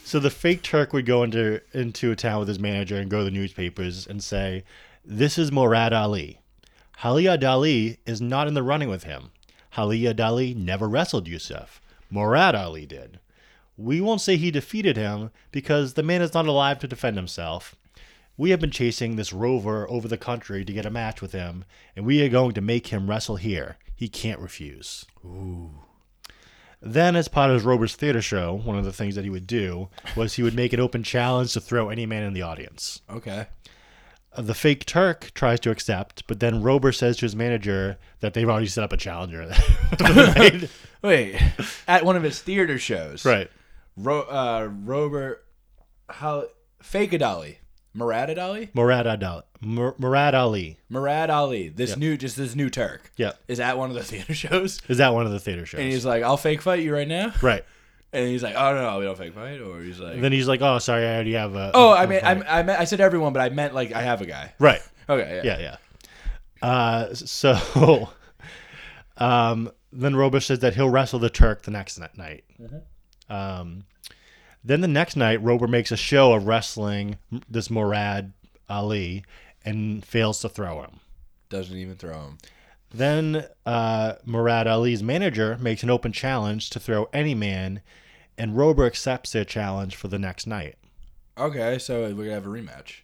[SPEAKER 1] so the fake Turk would go into into a town with his manager and go to the newspapers and say, "This is Murad Ali. Halia Dali is not in the running with him. Halia Dali never wrestled Yusuf. Murad Ali did. We won't say he defeated him because the man is not alive to defend himself. We have been chasing this rover over the country to get a match with him, and we are going to make him wrestle here. He can't refuse. Then, as part of Robert's theater show, one of the things that he would do was he would make an open challenge to throw any man in the audience.
[SPEAKER 2] Okay.
[SPEAKER 1] Uh, The fake Turk tries to accept, but then Robert says to his manager that they've already set up a challenger. right?
[SPEAKER 2] Wait, at one of his theater shows,
[SPEAKER 1] right.
[SPEAKER 2] Ro- uh, Robert, how fake Adali, Murad Adali,
[SPEAKER 1] Murad Ali. Mur- Murad Ali.
[SPEAKER 2] Murad Ali. This new, just this new Turk.
[SPEAKER 1] Yeah.
[SPEAKER 2] is at one of the theater shows,
[SPEAKER 1] Is that one of the theater shows?
[SPEAKER 2] and he's like, "I'll fake fight you right now,"
[SPEAKER 1] right.
[SPEAKER 2] and he's like, "Oh no, no, we don't fake fight," or he's like,
[SPEAKER 1] And then he's like, oh, sorry, I already have a.
[SPEAKER 2] "Oh, I mean, I, I meant, I said everyone, but I meant like I have a guy."
[SPEAKER 1] Right.
[SPEAKER 2] Okay, yeah.
[SPEAKER 1] Yeah, yeah. Uh, so um, then Robish says that he'll wrestle the Turk the next ni- night. Um, then the next night, Rober makes a show of wrestling m- this Murad Ali and fails to throw him.
[SPEAKER 2] doesn't even throw him.
[SPEAKER 1] Then uh, Murad Ali's manager makes an open challenge to throw any man, and Rober accepts their challenge for the next night.
[SPEAKER 2] Okay, so we're gonna have a rematch.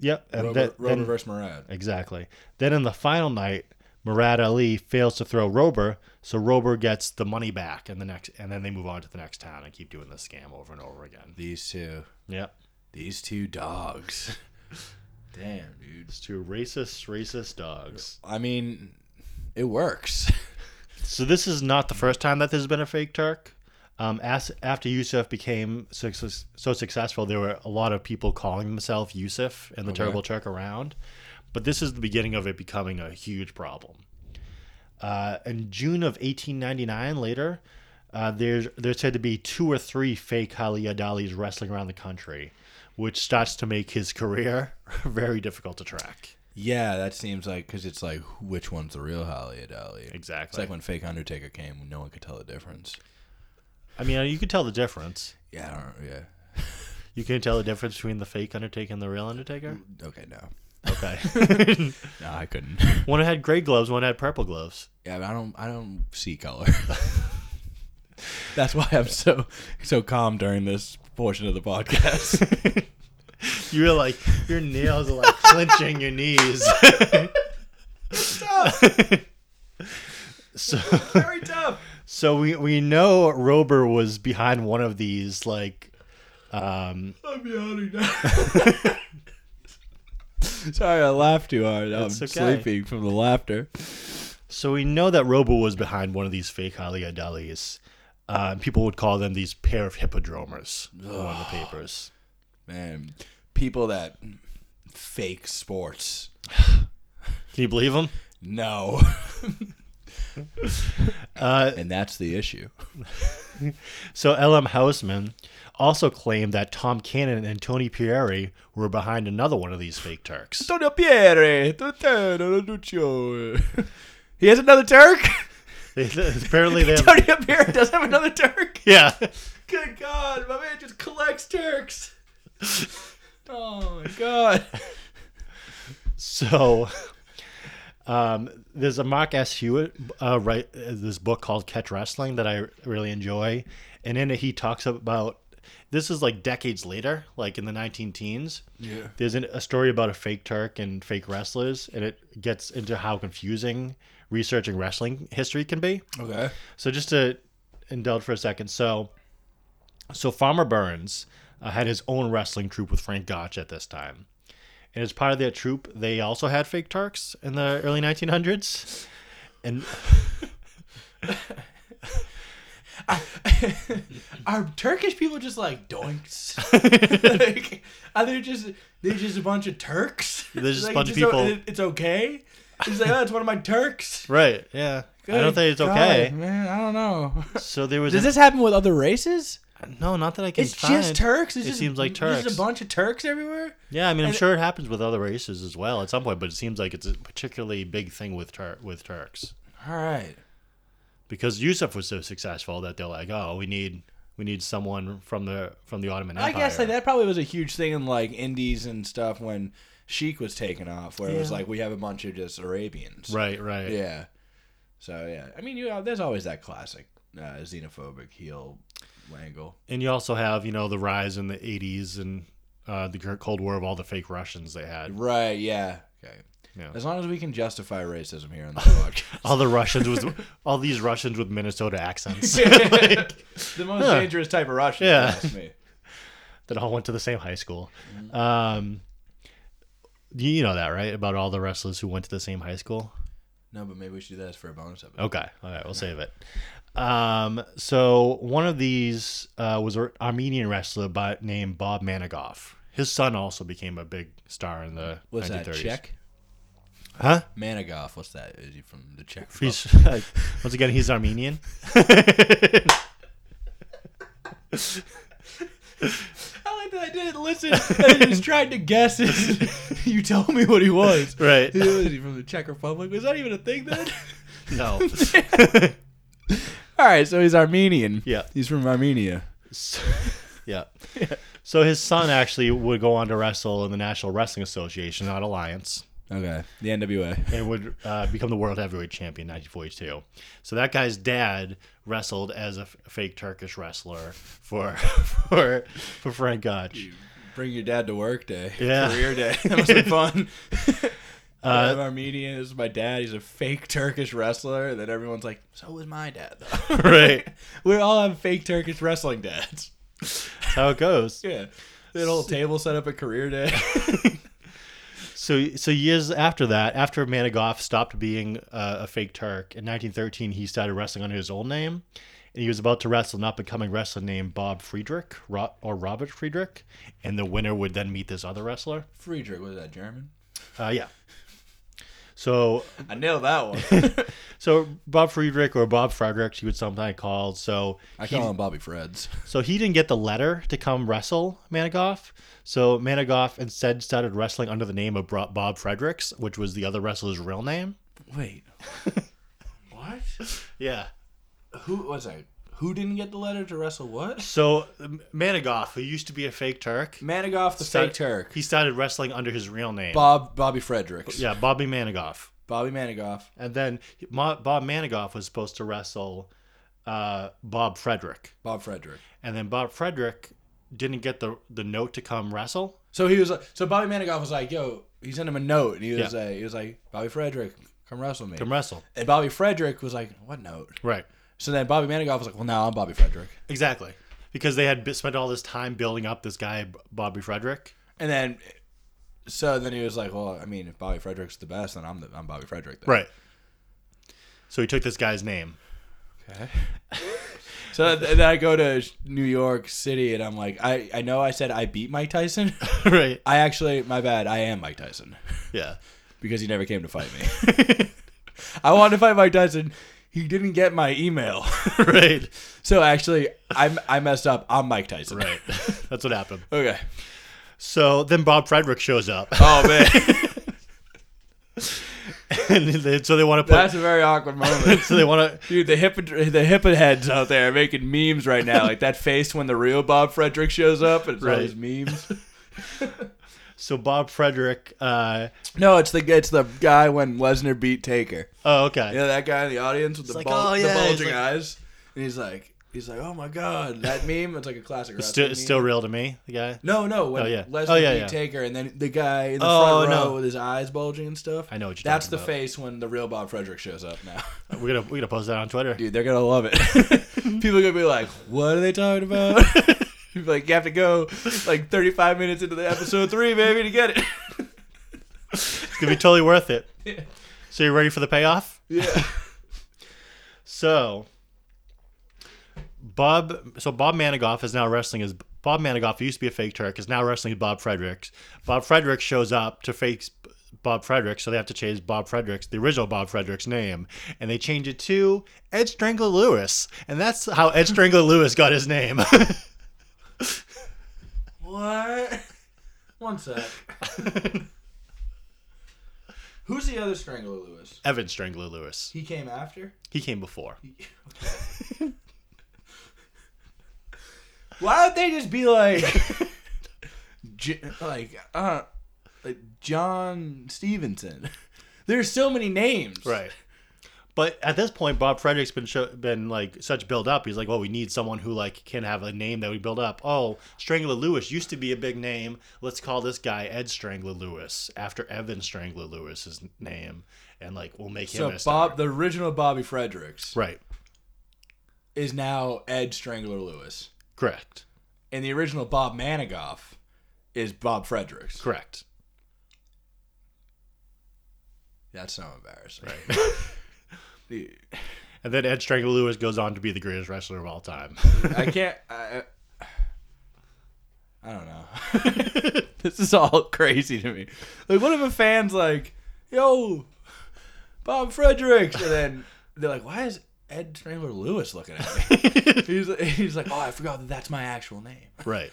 [SPEAKER 1] Yep. And
[SPEAKER 2] Rover,
[SPEAKER 1] that-
[SPEAKER 2] Rover
[SPEAKER 1] then-
[SPEAKER 2] versus Murad.
[SPEAKER 1] Exactly. Then in the final night, Murad Ali fails to throw Rober, so Rober gets the money back, and the next, and then they move on to the next town and keep doing the scam over and over again.
[SPEAKER 2] These two,
[SPEAKER 1] Yep.
[SPEAKER 2] these two dogs. Damn, dude.
[SPEAKER 1] It's two racist, racist dogs.
[SPEAKER 2] I mean, it works.
[SPEAKER 1] So this is not the first time that there's been a fake Turk. Um, as, after Yusuf became so, so successful, there were a lot of people calling themselves Yusuf and the
[SPEAKER 2] Okay.
[SPEAKER 1] Turbo Turk around. But this is the beginning of it becoming a huge problem. Uh, in June of 1899, later, uh, there's there's said to be two or three fake Ali Adalis wrestling around the country, which starts to make his career very difficult to track.
[SPEAKER 2] Yeah, that seems like because it's like which one's the real Holly Adali?
[SPEAKER 1] Exactly.
[SPEAKER 2] It's like when fake Undertaker came, when no one could tell the difference.
[SPEAKER 1] I mean, you could tell the difference.
[SPEAKER 2] Yeah, I don't. Yeah.
[SPEAKER 1] You can tell the difference between the fake Undertaker and the real Undertaker?
[SPEAKER 2] Okay, no,
[SPEAKER 1] Okay.
[SPEAKER 2] no, I couldn't.
[SPEAKER 1] one had gray gloves, one had purple gloves.
[SPEAKER 2] yeah, but I don't. I don't see color. That's why I'm so so calm during this portion of the podcast.
[SPEAKER 1] You were like, your nails are like clenching your knees. so
[SPEAKER 2] Very tough.
[SPEAKER 1] so we, we know Rober was behind one of these, like, um,
[SPEAKER 2] I'm yawning now. Sorry, I laughed too hard. I'm
[SPEAKER 1] It's okay.
[SPEAKER 2] sleeping from the laughter.
[SPEAKER 1] so we know that Rober was behind one of these fake Halia Dalis. Uh, people would call them these pair of hippodromers in one of the papers.
[SPEAKER 2] Man, people that fake sports.
[SPEAKER 1] Can you believe them?
[SPEAKER 2] No.
[SPEAKER 1] Uh,
[SPEAKER 2] and that's the issue.
[SPEAKER 1] So L.M. Houseman also claimed that Tom Cannon and Tony Pieri were behind another one of these fake Turks.
[SPEAKER 2] Antonio Pierre, Antonio Lucio. He has another Turk?
[SPEAKER 1] They- Apparently they have,
[SPEAKER 2] Antonio Pierre does have another Turk?
[SPEAKER 1] yeah.
[SPEAKER 2] Good God, my man just collects Turks. Oh my God.
[SPEAKER 1] So, um, there's a Mark S. Hewitt uh, right uh, this book called Catch Wrestling that I really enjoy, and in it he talks about this is like decades later, like in the 19 teens.
[SPEAKER 2] Yeah.
[SPEAKER 1] There's an, a story about a fake Turk and fake wrestlers, and it gets into how confusing researching wrestling history can be.
[SPEAKER 2] Okay.
[SPEAKER 1] So just to indulge for a second, so so Farmer Burns uh, had his own wrestling troupe with Frank Gotch at this time, and as part of their troupe, they also had fake Turks in the early 1900s, and
[SPEAKER 2] Are Turkish people just like doinks? like, are they just they're just a bunch of Turks?
[SPEAKER 1] They're just a
[SPEAKER 2] Like,
[SPEAKER 1] bunch of
[SPEAKER 2] it's
[SPEAKER 1] people.
[SPEAKER 2] it- it's okay. It's like, oh, it's one of my Turks.
[SPEAKER 1] right, yeah, I
[SPEAKER 2] Good
[SPEAKER 1] don't think it's
[SPEAKER 2] God,
[SPEAKER 1] okay.
[SPEAKER 2] man. I don't know.
[SPEAKER 1] So there was
[SPEAKER 2] Does
[SPEAKER 1] an-
[SPEAKER 2] this happen with other races?
[SPEAKER 1] no, not that I can
[SPEAKER 2] It's
[SPEAKER 1] find.
[SPEAKER 2] just Turks. It's
[SPEAKER 1] It
[SPEAKER 2] just,
[SPEAKER 1] seems like
[SPEAKER 2] there's
[SPEAKER 1] Turks.
[SPEAKER 2] Just a bunch of Turks everywhere.
[SPEAKER 1] Yeah, I mean, I'm
[SPEAKER 2] and-
[SPEAKER 1] sure it happens with other races as well at some point, but it seems like it's a particularly big thing with Tur- with Turks.
[SPEAKER 2] All right.
[SPEAKER 1] because Yusuf was so successful that they're like, oh, we need we need someone from the from the Ottoman
[SPEAKER 2] I
[SPEAKER 1] Empire.
[SPEAKER 2] guess like that probably was a huge thing in like indies and stuff when Sheik was taken off, where it was
[SPEAKER 1] Yeah.
[SPEAKER 2] like we have a bunch of just Arabians.
[SPEAKER 1] Right, right.
[SPEAKER 2] Yeah. So yeah, I mean, you know, there's always that classic uh, xenophobic heel angle.
[SPEAKER 1] And you also have you know the rise in the '80s and uh, the cur- Cold War of all the fake Russians they had.
[SPEAKER 2] Right. Yeah. Okay.
[SPEAKER 1] Yeah.
[SPEAKER 2] As long as we can justify racism here on the podcast.
[SPEAKER 1] All the Russians with all these Russians with Minnesota accents
[SPEAKER 2] the most
[SPEAKER 1] huh.
[SPEAKER 2] dangerous type of Russian,
[SPEAKER 1] Yeah.
[SPEAKER 2] yeah. ask me.
[SPEAKER 1] that all went to the same high school. Um, you you know that right about all the wrestlers who went to the same high school.
[SPEAKER 2] No, but maybe we should do that for a bonus episode.
[SPEAKER 1] Okay. All right. We'll save it. Um, so one of these uh, was an Armenian wrestler by, named Bob Manigoff. His son also became a big star in the
[SPEAKER 2] What's
[SPEAKER 1] 1930s.
[SPEAKER 2] that? Czech? Oh.
[SPEAKER 1] Huh?
[SPEAKER 2] Manigoff. What's that? Is he from the Czech? Republic?
[SPEAKER 1] He's once again he's Armenian.
[SPEAKER 2] I like that I didn't listen. I just tried to guess. It. You told me what he was.
[SPEAKER 1] right.
[SPEAKER 2] Who was he from the Czech Republic? Was that even a thing then?
[SPEAKER 1] No.
[SPEAKER 2] All right, so he's Armenian.
[SPEAKER 1] Yeah.
[SPEAKER 2] he's from Armenia.
[SPEAKER 1] So- yeah. So his son actually would go on to wrestle in the National Wrestling Association, not Alliance.
[SPEAKER 2] Okay, the NWA.
[SPEAKER 1] and would uh, become the world heavyweight champion in 1942. So that guy's dad wrestled as a f- fake Turkish wrestler for for for Frank Gotch.
[SPEAKER 2] Bring your dad to work day.
[SPEAKER 1] Yeah.
[SPEAKER 2] career day. That must have been fun. I'm Armenian. This is my dad. He's a fake Turkish wrestler. And then everyone's like, "So was my dad." Though.
[SPEAKER 1] Right.
[SPEAKER 2] we all have fake Turkish wrestling dads.
[SPEAKER 1] That's how it goes.
[SPEAKER 2] Yeah, that whole table set up at career day.
[SPEAKER 1] So so years after that, after Manigoff stopped being uh, a fake Turk in 1913, he started wrestling under his old name. And he was about to wrestle an up-and-coming wrestler named Bob Friedrich Ro- or Robert Friedrich, and the winner would then meet this other wrestler.
[SPEAKER 2] Friedrich was that German?
[SPEAKER 1] Uh, yeah. So
[SPEAKER 2] I nailed that one.
[SPEAKER 1] So Bob Friedrich or Bob Frederick, he would sometimes call. So
[SPEAKER 2] I call him Bobby Freds.
[SPEAKER 1] so he didn't get the letter to come wrestle Manigoff. So Manigoff instead started wrestling under the name of Bro- Bob Fredericks, which was the other wrestler's real name.
[SPEAKER 2] Wait, what?
[SPEAKER 1] Yeah.
[SPEAKER 2] Who was I? Who didn't get the letter to wrestle what?
[SPEAKER 1] So M- Manigoff, who used to be a fake Turk,
[SPEAKER 2] Manigoff the
[SPEAKER 1] started-
[SPEAKER 2] fake Turk.
[SPEAKER 1] he started wrestling under his real name.
[SPEAKER 2] Bob Bobby Fredericks.
[SPEAKER 1] Yeah, Bobby Manigoff.
[SPEAKER 2] Bobby Manigoff.
[SPEAKER 1] And then he- Mo- Bob Manigoff was supposed to wrestle uh, Bob Frederick,
[SPEAKER 2] Bob Frederick.
[SPEAKER 1] and then Bob Frederick didn't get the the note to come wrestle.
[SPEAKER 2] So he was like, so Bobby Manigoff was like, yo, he sent him a note, and he was
[SPEAKER 1] Yeah.
[SPEAKER 2] like, he was like, Bobby Frederick, come wrestle me.
[SPEAKER 1] Come wrestle.
[SPEAKER 2] and Bobby Frederick was like, what note?
[SPEAKER 1] Right.
[SPEAKER 2] So then Bobby Manigoff was like, well, now I'm Bobby Frederick.
[SPEAKER 1] Exactly. Because they had b- spent all this time building up this guy, B- Bobby Frederick.
[SPEAKER 2] And then, so then he was like, well, I mean, if Bobby Frederick's the best, then I'm the, I'm Bobby Frederick. Then.
[SPEAKER 1] Right. So he took this guy's name.
[SPEAKER 2] Okay. so th- then I go to New York City, and I'm like, I I know I said I beat Mike Tyson.
[SPEAKER 1] right.
[SPEAKER 2] I actually, my bad, I am Mike Tyson
[SPEAKER 1] Yeah.
[SPEAKER 2] because he never came to fight me. I wanted to fight Mike Tyson. He didn't get my email.
[SPEAKER 1] right.
[SPEAKER 2] So actually, I I messed up. I'm Mike Tyson.
[SPEAKER 1] Right. That's what happened.
[SPEAKER 2] Okay.
[SPEAKER 1] Oh, So then Bob Frederick shows up.
[SPEAKER 2] Oh man.
[SPEAKER 1] and they- so they want to
[SPEAKER 2] That's
[SPEAKER 1] put.
[SPEAKER 2] a very awkward moment.
[SPEAKER 1] So they want to.
[SPEAKER 2] Dude, the hippo the hippo heads out there are making memes right now. Like that face when the real Bob Frederick shows up and it's all
[SPEAKER 1] Right.
[SPEAKER 2] these memes.
[SPEAKER 1] So Bob Frederick. Uh,
[SPEAKER 2] No, it's the it's the guy when Lesnar beat Taker.
[SPEAKER 1] oh, okay.
[SPEAKER 2] You know that guy in the audience with the,
[SPEAKER 1] like,
[SPEAKER 2] bul-
[SPEAKER 1] oh,
[SPEAKER 2] the
[SPEAKER 1] yeah, he's
[SPEAKER 2] bulging
[SPEAKER 1] like-
[SPEAKER 2] eyes, and he's like, he's like, oh my god, that meme. It's like a classic.
[SPEAKER 1] It's still,
[SPEAKER 2] wrestling
[SPEAKER 1] it's
[SPEAKER 2] meme.
[SPEAKER 1] still real to me. The guy.
[SPEAKER 2] No, no. When
[SPEAKER 1] Oh, yeah.
[SPEAKER 2] Lesnar
[SPEAKER 1] Oh, yeah,
[SPEAKER 2] beat
[SPEAKER 1] yeah.
[SPEAKER 2] Taker, and then the guy in the
[SPEAKER 1] Oh,
[SPEAKER 2] front row
[SPEAKER 1] no.
[SPEAKER 2] with his eyes bulging and stuff.
[SPEAKER 1] I know what you're
[SPEAKER 2] That's the
[SPEAKER 1] talking about.
[SPEAKER 2] face when the real Bob Frederick shows up now.
[SPEAKER 1] We're gonna we're gonna post that on Twitter.
[SPEAKER 2] Dude, they're gonna love it. People are gonna be like, "What are they talking about?" You'd be like, "You have to go like 35 minutes into the episode three, baby, to get it."
[SPEAKER 1] It's gonna be totally worth it.
[SPEAKER 2] Yeah.
[SPEAKER 1] So you ready for the payoff?
[SPEAKER 2] yeah.
[SPEAKER 1] So Bob so Bob Manigoff is now wrestling as Bob Manigoff who used to be a fake Turk is now wrestling as Bob Fredericks. Bob Frederick shows up to fake Bob Frederick, so they have to change Bob Frederick's the original Bob Frederick's name, and they change it to Ed Strangler Lewis, and that's how Ed Strangler Lewis got his name.
[SPEAKER 2] What? One sec. Who's the other Strangler Lewis?
[SPEAKER 1] Evan Strangler Lewis.
[SPEAKER 2] He came after.
[SPEAKER 1] He came before.
[SPEAKER 2] Why don't they just be like, J- like, uh, like John Stevenson? There's so many names.
[SPEAKER 1] Right. But at this point, Bob Frederick's been show, been like such build up. He's like, well, we need someone who like can have a name that we build up. Oh, Strangler Lewis used to be a big name. Let's call this guy Ed Strangler Lewis after Evan Strangler Lewis's name, and like we'll make him
[SPEAKER 2] So
[SPEAKER 1] a star.
[SPEAKER 2] Bob, the original Bobby Fredericks,
[SPEAKER 1] Right.
[SPEAKER 2] is now Ed Strangler Lewis,
[SPEAKER 1] Correct.
[SPEAKER 2] and the original Bob Manigoff is Bob Fredericks.
[SPEAKER 1] Correct.
[SPEAKER 2] That's so embarrassing. Right. Dude,
[SPEAKER 1] And then Ed Strangler Lewis goes on to be the greatest wrestler of all time.
[SPEAKER 2] I can't. I, I don't know. this is all crazy to me. Like, what if a fan's like, "Yo, Bob Fredericks," and then they're like, "Why is Ed Strangler Lewis looking at me?" he's he's like, "Oh, I forgot that that's my actual name."
[SPEAKER 1] right.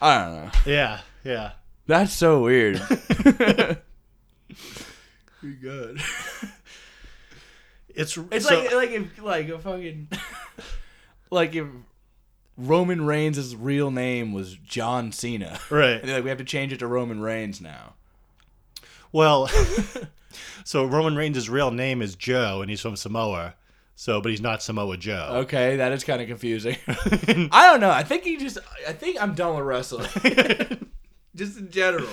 [SPEAKER 2] I don't know.
[SPEAKER 1] Yeah. Yeah.
[SPEAKER 2] That's so weird. You're good.
[SPEAKER 1] It's
[SPEAKER 2] It's
[SPEAKER 1] so-
[SPEAKER 2] like uh, like if like a fucking like if Roman Reigns' real name was John Cena. And
[SPEAKER 1] right.
[SPEAKER 2] they're like, we have to change it to Roman Reigns now.
[SPEAKER 1] Well, so Roman Reigns' real name is Joe, and he's from Samoa. So, but he's not Samoa Joe.
[SPEAKER 2] Okay, that is kind of confusing. I don't know. I think he just. I think I'm done with wrestling. just in general,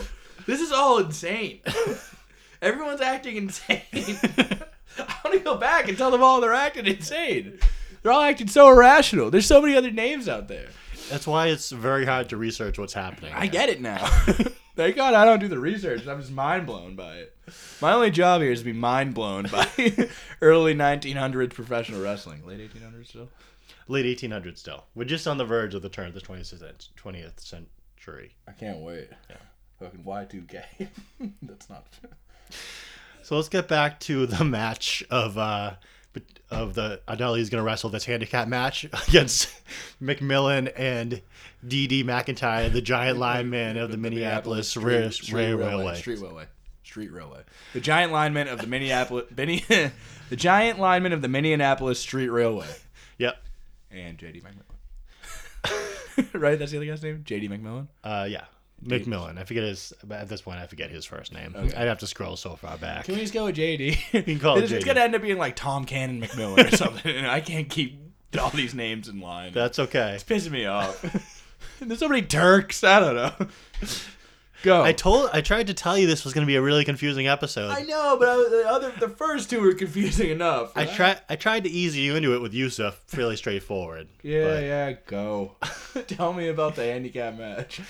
[SPEAKER 2] this is all insane. Everyone's acting insane. I want to go back and tell them all they're acting insane. They're all acting so irrational. There's so many other names out there.
[SPEAKER 1] That's why it's very hard to research what's happening.
[SPEAKER 2] I get it now. Thank God I don't do the research. I'm just mind blown by it. My only job here is to be mind blown by early 1900s professional wrestling. Late 1800s still.
[SPEAKER 1] Late 1800s still. We're just on the verge of the turn of the 20th, cent- 20th century.
[SPEAKER 2] I can't wait. Fucking Y2K. That's not.
[SPEAKER 1] So let's get back to the match of uh, bet- of the Adelie's going to wrestle this handicap match against McMillan and D.D. McIntyre, the giant lineman of the, Minneapolis, Ra- Railway.
[SPEAKER 2] Street railway. Street railway. The giant lineman of the Minneapolis. Minne- the giant lineman of the Minneapolis Street Railway.
[SPEAKER 1] Yep.
[SPEAKER 2] And JD McMillan. right? That's the other guy's name? JD McMillan?
[SPEAKER 1] Uh, yeah. McMillan. I forget his. but At this point, I forget his first name. I'd have to scroll so far back.
[SPEAKER 2] Can we just go with JD?
[SPEAKER 1] can call it
[SPEAKER 2] it's
[SPEAKER 1] JD.
[SPEAKER 2] gonna end up being like Tom Cannon McMillan or something. and I can't keep all these names in line. That's
[SPEAKER 1] That's okay.
[SPEAKER 2] pissing me off. There's so many Turks. I don't know. Go.
[SPEAKER 1] I told. I tried to tell you this was going to be a really confusing episode.
[SPEAKER 2] I
[SPEAKER 1] I,
[SPEAKER 2] know, but I was, the other the first two were confusing enough.
[SPEAKER 1] try. I tried to ease you into it with Yusuf. Fairly straightforward.
[SPEAKER 2] Yeah,
[SPEAKER 1] But,
[SPEAKER 2] yeah. Go. Tell me about the handicap match.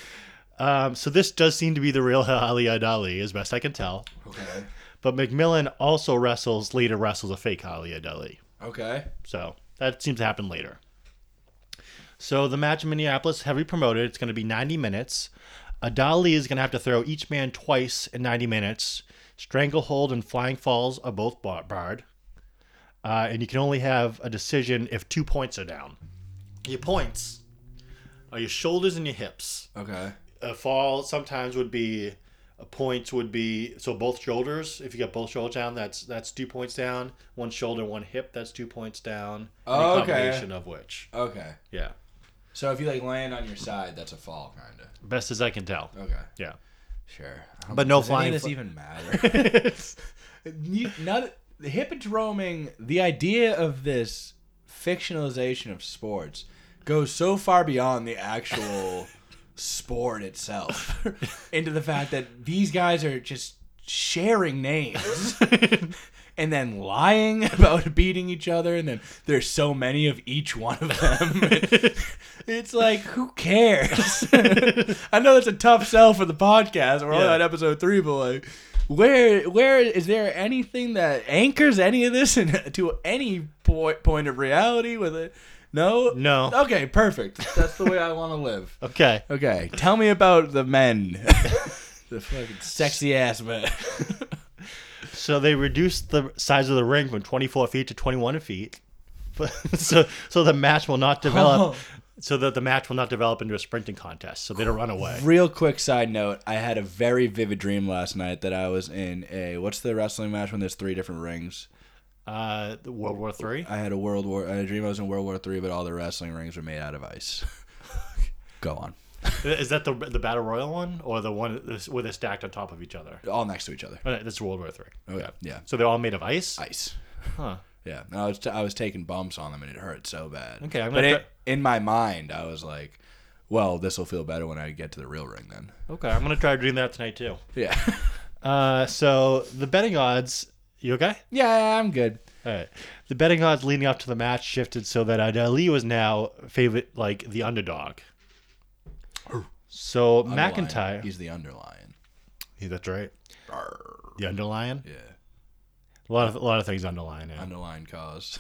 [SPEAKER 1] Um, so this does seem to be the real Ali Adali, as best I can tell.
[SPEAKER 2] Okay.
[SPEAKER 1] But McMillan also wrestles later wrestles a fake Ali Adali.
[SPEAKER 2] Okay.
[SPEAKER 1] So that seems to happen later. So the match in Minneapolis heavily promoted. It's going to be 90 minutes. Adali is going to have to throw each man twice in 90 minutes. Stranglehold and flying falls are both bar- barred. Uh, and you can only have a decision if two points are down. Your points are your shoulders and your hips.
[SPEAKER 2] Okay.
[SPEAKER 1] A fall sometimes would be Points would be so both shoulders. If you got both shoulders down, that's that's two points down. One shoulder, one hip, that's two points down. Any
[SPEAKER 2] Oh, okay.
[SPEAKER 1] combination of which,
[SPEAKER 2] Okay.
[SPEAKER 1] yeah,
[SPEAKER 2] So if you like land on your side, that's a fall, kind of.
[SPEAKER 1] best as I can tell.
[SPEAKER 2] Okay.
[SPEAKER 1] Yeah.
[SPEAKER 2] Sure. Um,
[SPEAKER 3] But no
[SPEAKER 2] does any
[SPEAKER 3] flying
[SPEAKER 2] of this
[SPEAKER 3] fl-
[SPEAKER 2] even matter? You- not the hippodroming. The idea of this fictionalization of sports goes so far beyond the actual sport itself, into the fact that these guys are just sharing names. And then lying about beating each other, and then there's so many of each one of them. it's like, who cares? I know that's a tough sell for the podcast. We're only
[SPEAKER 1] Yeah.
[SPEAKER 2] on episode three, but like, where where is there anything that anchors any of this in, to any point point of reality with it? No,
[SPEAKER 1] No.
[SPEAKER 2] Okay, perfect. That's the way I want to live.
[SPEAKER 1] Okay.
[SPEAKER 2] Okay, tell me about the men, the fucking sexy ass men.
[SPEAKER 1] So they reduced the size of the ring from 24 feet to 21 feet. But- so so the match will not develop.
[SPEAKER 2] Oh.
[SPEAKER 1] So that the match will not develop into a sprinting contest. So they don't run away.
[SPEAKER 2] Real quick side note: I had a very vivid dream last night that I was in a what's the wrestling match when there's three different rings.
[SPEAKER 1] Uh, the World War Three.
[SPEAKER 2] I had a World War. I had a dream I was in World War Three, but all the wrestling rings were made out of ice. Go on,
[SPEAKER 1] Is that the the battle royal one or the one that's- where they're stacked on top of each other?
[SPEAKER 2] all next to each other.
[SPEAKER 1] Oh, no, that's World War Three.
[SPEAKER 2] Oh yeah, yeah,
[SPEAKER 1] So they're all made of ice.
[SPEAKER 2] ice.
[SPEAKER 1] Huh.
[SPEAKER 2] Yeah, and I was t- I was taking bumps on them and it hurt so bad.
[SPEAKER 1] Okay, I'm
[SPEAKER 2] but
[SPEAKER 1] gonna
[SPEAKER 2] it, in my mind I was like, well, this will feel better when I get to the real ring then.
[SPEAKER 1] Okay, I'm gonna try doing that tonight too.
[SPEAKER 2] Yeah,
[SPEAKER 1] Uh, so the betting odds. You okay?
[SPEAKER 2] yeah, I'm good.
[SPEAKER 1] All right. The betting odds leading up to the match shifted so that uh, Ali was now favorite, like the underdog. So
[SPEAKER 2] Underlying.
[SPEAKER 1] McIntyre.
[SPEAKER 2] he's the underlying.
[SPEAKER 1] Yeah, that's right.
[SPEAKER 2] Arr.
[SPEAKER 1] The underlying.
[SPEAKER 2] Yeah,
[SPEAKER 1] A lot of a lot of things underlying. Yeah.
[SPEAKER 2] underlying cause.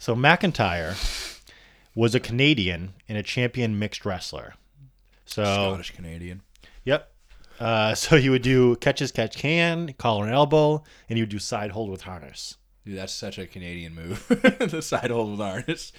[SPEAKER 1] So McIntyre was a Canadian and a champion mixed wrestler. So
[SPEAKER 2] Scottish Canadian.
[SPEAKER 1] yep. Uh, so he would do catches, catch can, collar and elbow, and he would do side hold with harness.
[SPEAKER 2] Dude, that's such a Canadian move. the side hold with harness.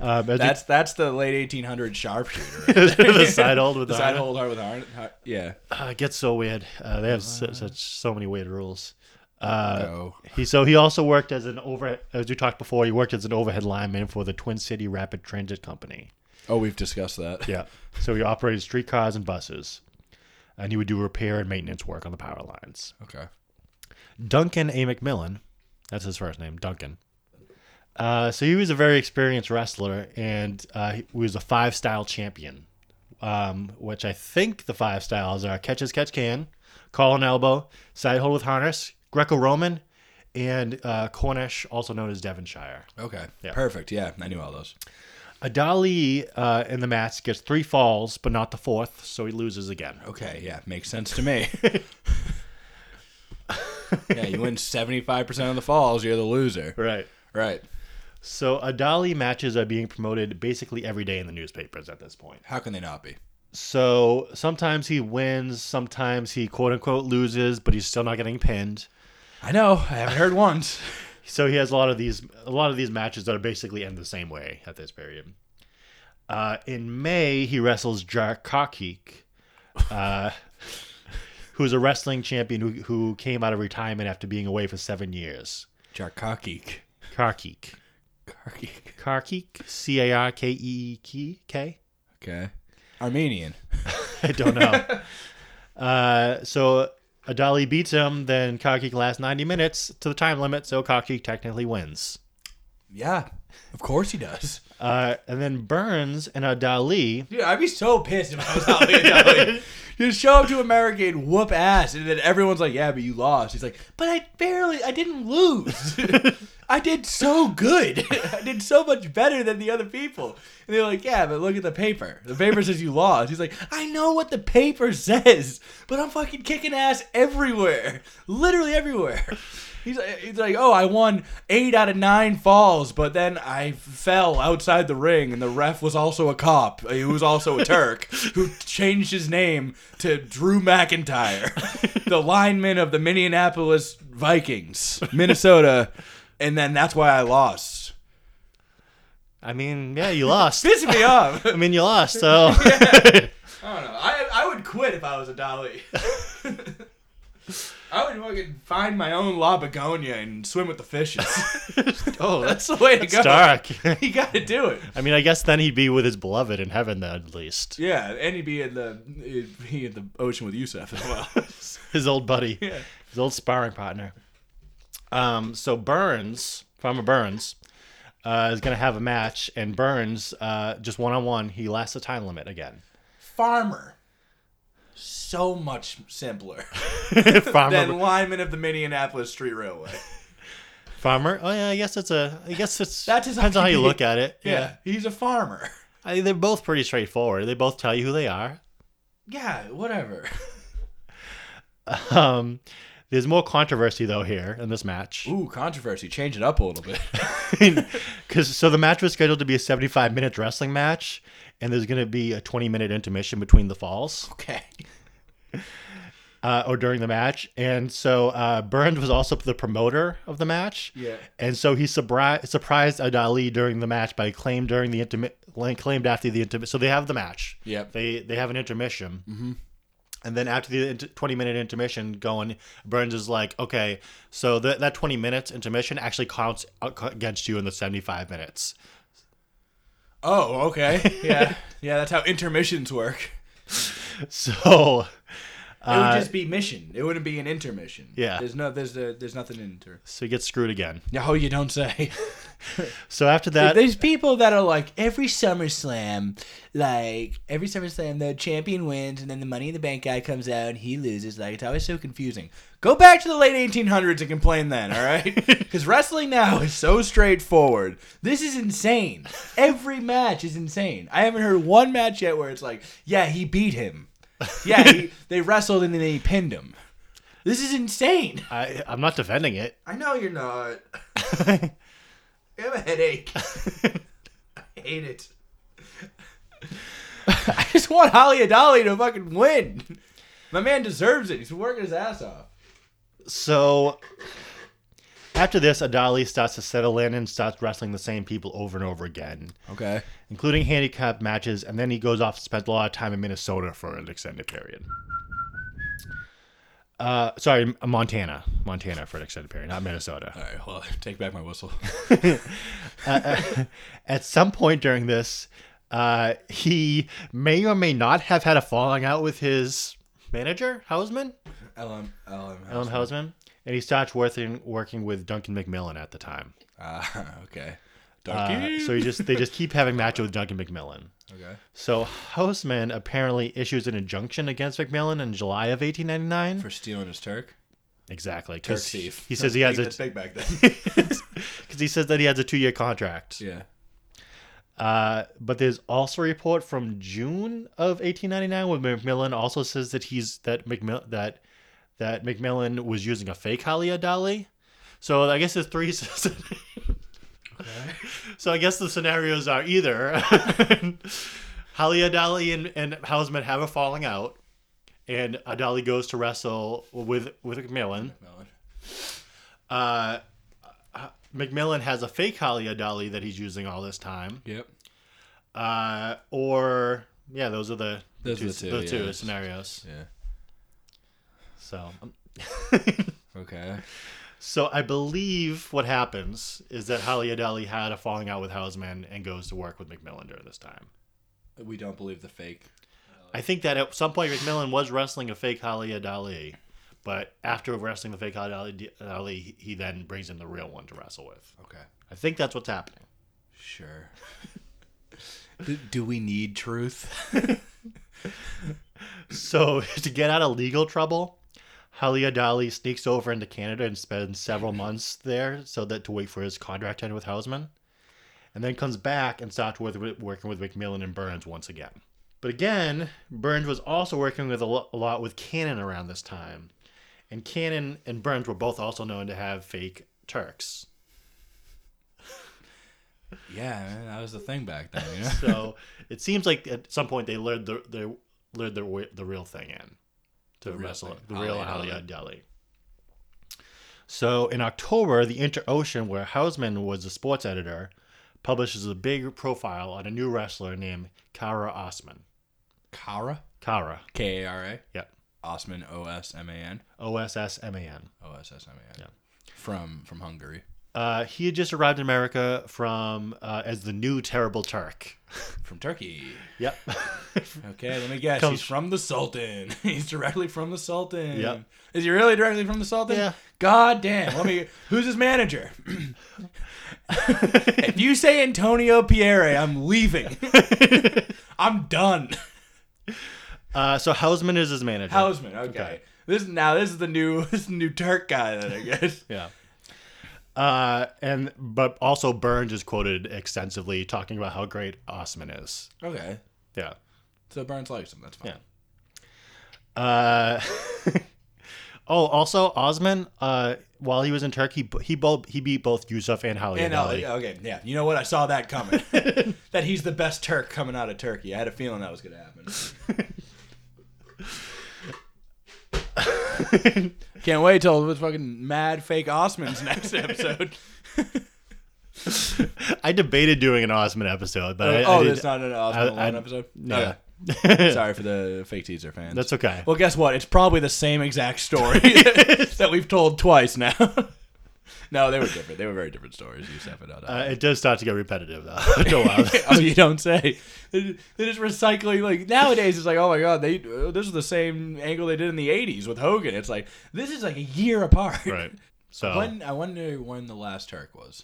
[SPEAKER 1] Um, as
[SPEAKER 2] That's that's the late 1800 sharpshooter. Right?
[SPEAKER 1] he- the side hold with
[SPEAKER 2] The
[SPEAKER 1] the
[SPEAKER 2] side
[SPEAKER 1] harness.
[SPEAKER 2] hold hard with iron. har- Yeah.
[SPEAKER 1] Uh, it gets so weird. Uh, they have su- such so many weird rules. Uh,
[SPEAKER 2] Oh.
[SPEAKER 1] He so he also worked as an over as we talked before. He worked as an overhead lineman for the Twin City Rapid Transit Company.
[SPEAKER 2] Oh, we've discussed that.
[SPEAKER 1] Yeah. So he operated streetcars and buses, and he would do repair and maintenance work on the power lines.
[SPEAKER 2] Okay.
[SPEAKER 1] Duncan A. McMillan, that's his first name, Duncan. Uh, so he was a very experienced wrestler, and uh, he was a five style champion, um, which I think the five styles are catch as catch can, call and elbow, side hold with harness, Greco Roman, and uh, Cornish, also known as Devonshire.
[SPEAKER 2] Okay.
[SPEAKER 1] Yeah.
[SPEAKER 2] Perfect. Yeah, I knew all those.
[SPEAKER 1] Adali uh, in the match gets three falls, but not the fourth, so he loses again.
[SPEAKER 2] Okay, yeah, makes sense to me. yeah, you win 75% of the falls, you're the loser.
[SPEAKER 1] Right.
[SPEAKER 2] Right.
[SPEAKER 1] So Adali matches are being promoted basically every day in the newspapers at this point.
[SPEAKER 2] How can they not be?
[SPEAKER 1] So sometimes he wins, sometimes he quote unquote loses, but he's still not getting pinned.
[SPEAKER 2] I know, I haven't heard once.
[SPEAKER 1] So he has a lot of these a lot of these matches that are basically end the same way at this period. Uh, in May, he wrestles Jark Kakik, uh, who's a wrestling champion who, who came out of retirement after being away for seven years.
[SPEAKER 2] Jarkakik.
[SPEAKER 1] Karkik.
[SPEAKER 2] Karkik.
[SPEAKER 1] Karkik? C A R K E E K?
[SPEAKER 2] Okay. Armenian.
[SPEAKER 1] I don't know. uh, so Adali beats him, then Kakik lasts 90 minutes to the time limit, so Kakik technically wins.
[SPEAKER 2] Yeah, of course he does.
[SPEAKER 1] Uh, and then Burns and Adali.
[SPEAKER 2] Dude, I'd be so pissed if I was Ali Adali. Just show up to America and whoop ass, and then everyone's like, "Yeah, but you lost." He's like, "But I barely, I didn't lose. I did so good. I did so much better than the other people." And they're like, "Yeah, but look at the paper. The paper says you lost." He's like, "I know what the paper says, but I'm fucking kicking ass everywhere, literally everywhere." He's like, he's like, oh, I won eight out of nine falls, but then I fell outside the ring, and the ref was also a cop, uh, who was also a Turk, who changed his name to Drew McIntyre, the lineman of the Minneapolis Vikings, Minnesota, and then that's why I lost.
[SPEAKER 1] I mean, yeah, you lost.
[SPEAKER 2] Pissing me off.
[SPEAKER 1] I mean, you lost, so.
[SPEAKER 2] I don't know. I, I would quit quit if I was a dolly. I would fucking find my own La Begonia and swim with the fishes.
[SPEAKER 1] oh,
[SPEAKER 2] That's the way to
[SPEAKER 1] that's
[SPEAKER 2] go.
[SPEAKER 1] dark.
[SPEAKER 2] You gotta do it.
[SPEAKER 1] I mean, I guess then he'd be with his beloved in heaven, then, at least.
[SPEAKER 2] Yeah, and he'd be in the he'd be in the ocean with Yusef as well.
[SPEAKER 1] His old buddy,
[SPEAKER 2] Yeah.
[SPEAKER 1] his old sparring partner. Um, so Burns, Farmer Burns, uh, is going to have a match, and Burns, uh, just one on one, he lasts the time limit again.
[SPEAKER 2] Farmer, so much simpler
[SPEAKER 1] Farmer,
[SPEAKER 2] than lineman of the Minneapolis Street Railway.
[SPEAKER 1] Farmer. Oh yeah, I guess it's a. I guess it's
[SPEAKER 2] That's his
[SPEAKER 1] depends on how you
[SPEAKER 2] idea.
[SPEAKER 1] look at it.
[SPEAKER 2] Yeah, he's a farmer.
[SPEAKER 1] I, they're both pretty straightforward. They both tell you who they are.
[SPEAKER 2] Yeah, whatever.
[SPEAKER 1] Um, there's more controversy though here in this match.
[SPEAKER 2] Ooh, controversy. Change it up a little bit.
[SPEAKER 1] Because so the match was scheduled to be a 75 minute wrestling match, and there's going to be a 20 minute intermission between the falls
[SPEAKER 2] Okay.
[SPEAKER 1] uh, or during the match. And so uh, Burns was also the promoter of the match.
[SPEAKER 2] Yeah.
[SPEAKER 1] And so he surpri- surprised Adali during the match by claim during the intermi- like, claimed after the intermission. So they have the match.
[SPEAKER 2] Yep.
[SPEAKER 1] They they have an intermission. And then after the inter- 20 minute intermission going, Burns is like, okay, so that that 20 minutes intermission actually counts out- co- against you in the 75 minutes.
[SPEAKER 2] Oh, okay. Yeah. Yeah, that's how intermissions work.
[SPEAKER 1] So
[SPEAKER 2] It would just be mission. It wouldn't be an intermission.
[SPEAKER 1] Yeah.
[SPEAKER 2] There's no there's a, there's nothing in inter.
[SPEAKER 1] so he gets screwed again.
[SPEAKER 2] No, you don't say.
[SPEAKER 1] So after that,
[SPEAKER 2] there's people that are like every SummerSlam, like every SummerSlam the champion wins and then the Money in the Bank guy comes out and he loses. Like it's always so confusing. Go back to the late 1800s and complain then, all right? Because wrestling now is so straightforward. This is insane. Every match is insane. I haven't heard one match yet where it's like, yeah, he beat him. Yeah, he, they wrestled and then he pinned him. This is insane.
[SPEAKER 1] I, I'm not defending it.
[SPEAKER 2] I know you're not. I have a headache. I hate it. I just want Holly Adali to fucking win. My man deserves it. He's been working his ass off.
[SPEAKER 1] So after this, Adali starts to settle in and starts wrestling the same people over and over again,
[SPEAKER 2] Okay.
[SPEAKER 1] including handicap matches, and then he goes off to spend a lot of time in Minnesota for an extended period. Uh, sorry, Montana, Montana for an extended period, not Minnesota.
[SPEAKER 2] All right. Well, take back my whistle.
[SPEAKER 1] At some point during this, uh, he may or may not have had a falling out with his manager, Hausman,
[SPEAKER 2] LM. LM.
[SPEAKER 1] Ellen Hausman, and he starts working working with Duncan McMillan at the time.
[SPEAKER 2] Ah, okay.
[SPEAKER 1] Uh, so he just they just keep having matches with Duncan McMillan.
[SPEAKER 2] okay.
[SPEAKER 1] So Hausman apparently issues an injunction against McMillan in July of 1899.
[SPEAKER 2] For stealing his Turk.
[SPEAKER 1] exactly, 'cause
[SPEAKER 2] Turk thief.
[SPEAKER 1] He says he has
[SPEAKER 2] That's
[SPEAKER 1] a
[SPEAKER 2] big back then.
[SPEAKER 1] because he says that he has a two year contract.
[SPEAKER 2] yeah.
[SPEAKER 1] Uh, but there's also a report from June of 1899 where McMillan also says that he's that McMill that that McMillan was using a fake Halia Dali. So I guess there's three. So I guess the scenarios are either Halia Dali and and Hausman have a falling out, and Adali goes to wrestle with with McMillan.
[SPEAKER 2] Melon.
[SPEAKER 1] Uh, McMillan has a fake Halia Dali that he's using all this time
[SPEAKER 2] Yep.
[SPEAKER 1] uh, or yeah, those are the
[SPEAKER 2] Those
[SPEAKER 1] two,
[SPEAKER 2] are the two,
[SPEAKER 1] the two
[SPEAKER 2] yeah.
[SPEAKER 1] scenarios.
[SPEAKER 2] Yeah.
[SPEAKER 1] So, um,
[SPEAKER 2] Okay.
[SPEAKER 1] so I believe what happens is that Halyadeli had a falling out with Hausman and goes to work with McMillan during this time.
[SPEAKER 2] We don't believe the fake.
[SPEAKER 1] I think that at some point McMillan was wrestling a fake Halyadeli, but after wrestling the fake Halyadeli, he then brings in the real one to wrestle with.
[SPEAKER 2] Okay.
[SPEAKER 1] I think that's what's happening.
[SPEAKER 2] Sure. do, do we need truth?
[SPEAKER 1] So to get out of legal trouble, Halia Dali sneaks over into Canada and spends several months there so that to wait for his contract to end with Hausman, and then comes back and starts with, with- working with McMillan and Burns once again. But again, Burns was also working with a, lo- a lot with Cannon around this time, and Cannon and Burns were both also known to have fake Turks.
[SPEAKER 2] Yeah, man, that was the thing back then. You know?
[SPEAKER 1] So it seems like at some point they lured the they lured the re- the real thing in to
[SPEAKER 2] real
[SPEAKER 1] wrestle
[SPEAKER 2] thing.
[SPEAKER 1] the real
[SPEAKER 2] Ali
[SPEAKER 1] Halia Deli. So in October, the InterOcean, where Hausman was the sports editor, publishes a big profile on a new wrestler named Kara Osman.
[SPEAKER 2] Kara?
[SPEAKER 1] Kara.
[SPEAKER 2] K A R A.
[SPEAKER 1] Yeah.
[SPEAKER 2] Osman O S M A N.
[SPEAKER 1] O S S M A N.
[SPEAKER 2] O S S M A N.
[SPEAKER 1] Yeah.
[SPEAKER 2] From from Hungary.
[SPEAKER 1] Uh, he had just arrived in America from uh, as the new terrible Turk.
[SPEAKER 2] From Turkey.
[SPEAKER 1] Yep.
[SPEAKER 2] Okay, let me guess.
[SPEAKER 1] Comes-
[SPEAKER 2] He's from the Sultan. He's directly from the Sultan.
[SPEAKER 1] Yep.
[SPEAKER 2] Is he really directly from the Sultan?
[SPEAKER 1] Yeah.
[SPEAKER 2] God damn. Let me. Who's his manager? if you say Antonio Pierre, I'm leaving. I'm done.
[SPEAKER 1] uh, so Hausman is his manager.
[SPEAKER 2] Hausman. Okay.
[SPEAKER 1] Okay.
[SPEAKER 2] This now this is the new this is the new Turk guy then I guess.
[SPEAKER 1] Yeah. Uh, and but also Burns is quoted extensively talking about how great Osman is.
[SPEAKER 2] okay.
[SPEAKER 1] Yeah.
[SPEAKER 2] So Burns likes him. That's fine.
[SPEAKER 1] Yeah. Uh, oh, also Osman. Uh, while he was in Turkey, he both he beat both Yusuf and Holly.
[SPEAKER 2] And uh, okay, yeah. You know what? I saw that coming. that he's the best Turk coming out of Turkey. I had a feeling that was going to happen. Can't wait till it's fucking mad fake Osman's next episode.
[SPEAKER 1] I debated doing an Osman episode, but I, I
[SPEAKER 2] oh,
[SPEAKER 1] did-
[SPEAKER 2] there's not an Osman
[SPEAKER 1] I-
[SPEAKER 2] alone
[SPEAKER 1] I-
[SPEAKER 2] episode.
[SPEAKER 1] Yeah.
[SPEAKER 2] Okay. Sorry for the fake teaser fans.
[SPEAKER 1] That's okay.
[SPEAKER 2] well, guess what? It's probably the same exact story that we've told twice now. no, they were different. They were very different stories. Yusef and Adnan.
[SPEAKER 1] Uh, it does start to get repetitive though. After a while.
[SPEAKER 2] oh, you don't say. They're they're just recycling. Like nowadays, it's like, oh my god, they uh, this is the same angle they did in the '80s with Hogan. It's like this is like a year apart.
[SPEAKER 1] right. So
[SPEAKER 2] When I wonder when the last Turk was.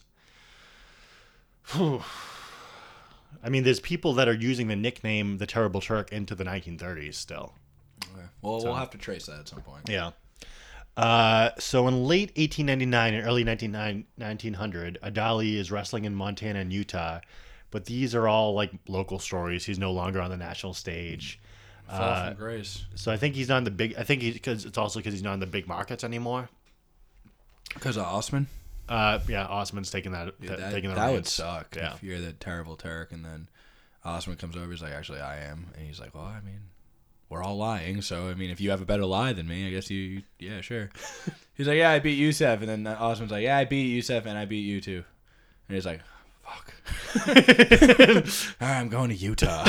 [SPEAKER 1] I mean, there's people that are using the nickname the Terrible Turk into the 1930s still.
[SPEAKER 2] Well, we'll have to trace that at some point.
[SPEAKER 1] Yeah. Uh, so in late 1899 and early 1909 1900, Adali is wrestling in Montana and Utah, but these are all like local stories. He's no longer on the national stage.
[SPEAKER 2] Fall from grace.
[SPEAKER 1] So I think he's not in the big. I think because it's also because he's not in the big markets anymore.
[SPEAKER 2] Because of Osman.
[SPEAKER 1] Uh, yeah, Osman's taking that,
[SPEAKER 2] Dude,
[SPEAKER 1] that-
[SPEAKER 2] that
[SPEAKER 1] taking the
[SPEAKER 2] that would
[SPEAKER 1] reins.
[SPEAKER 2] suck
[SPEAKER 1] Yeah.
[SPEAKER 2] if you're the terrible Turk and then Osman comes over. He's like, actually, I am, and he's like, well, I mean, we're all lying. So I mean, if you have a better lie than me, I guess you, you- yeah, sure. he's like, yeah, I beat Yusef, and then Osman's like, yeah, I beat Yusef, and I beat you too. And he's like, fuck. all right, I'm going to Utah.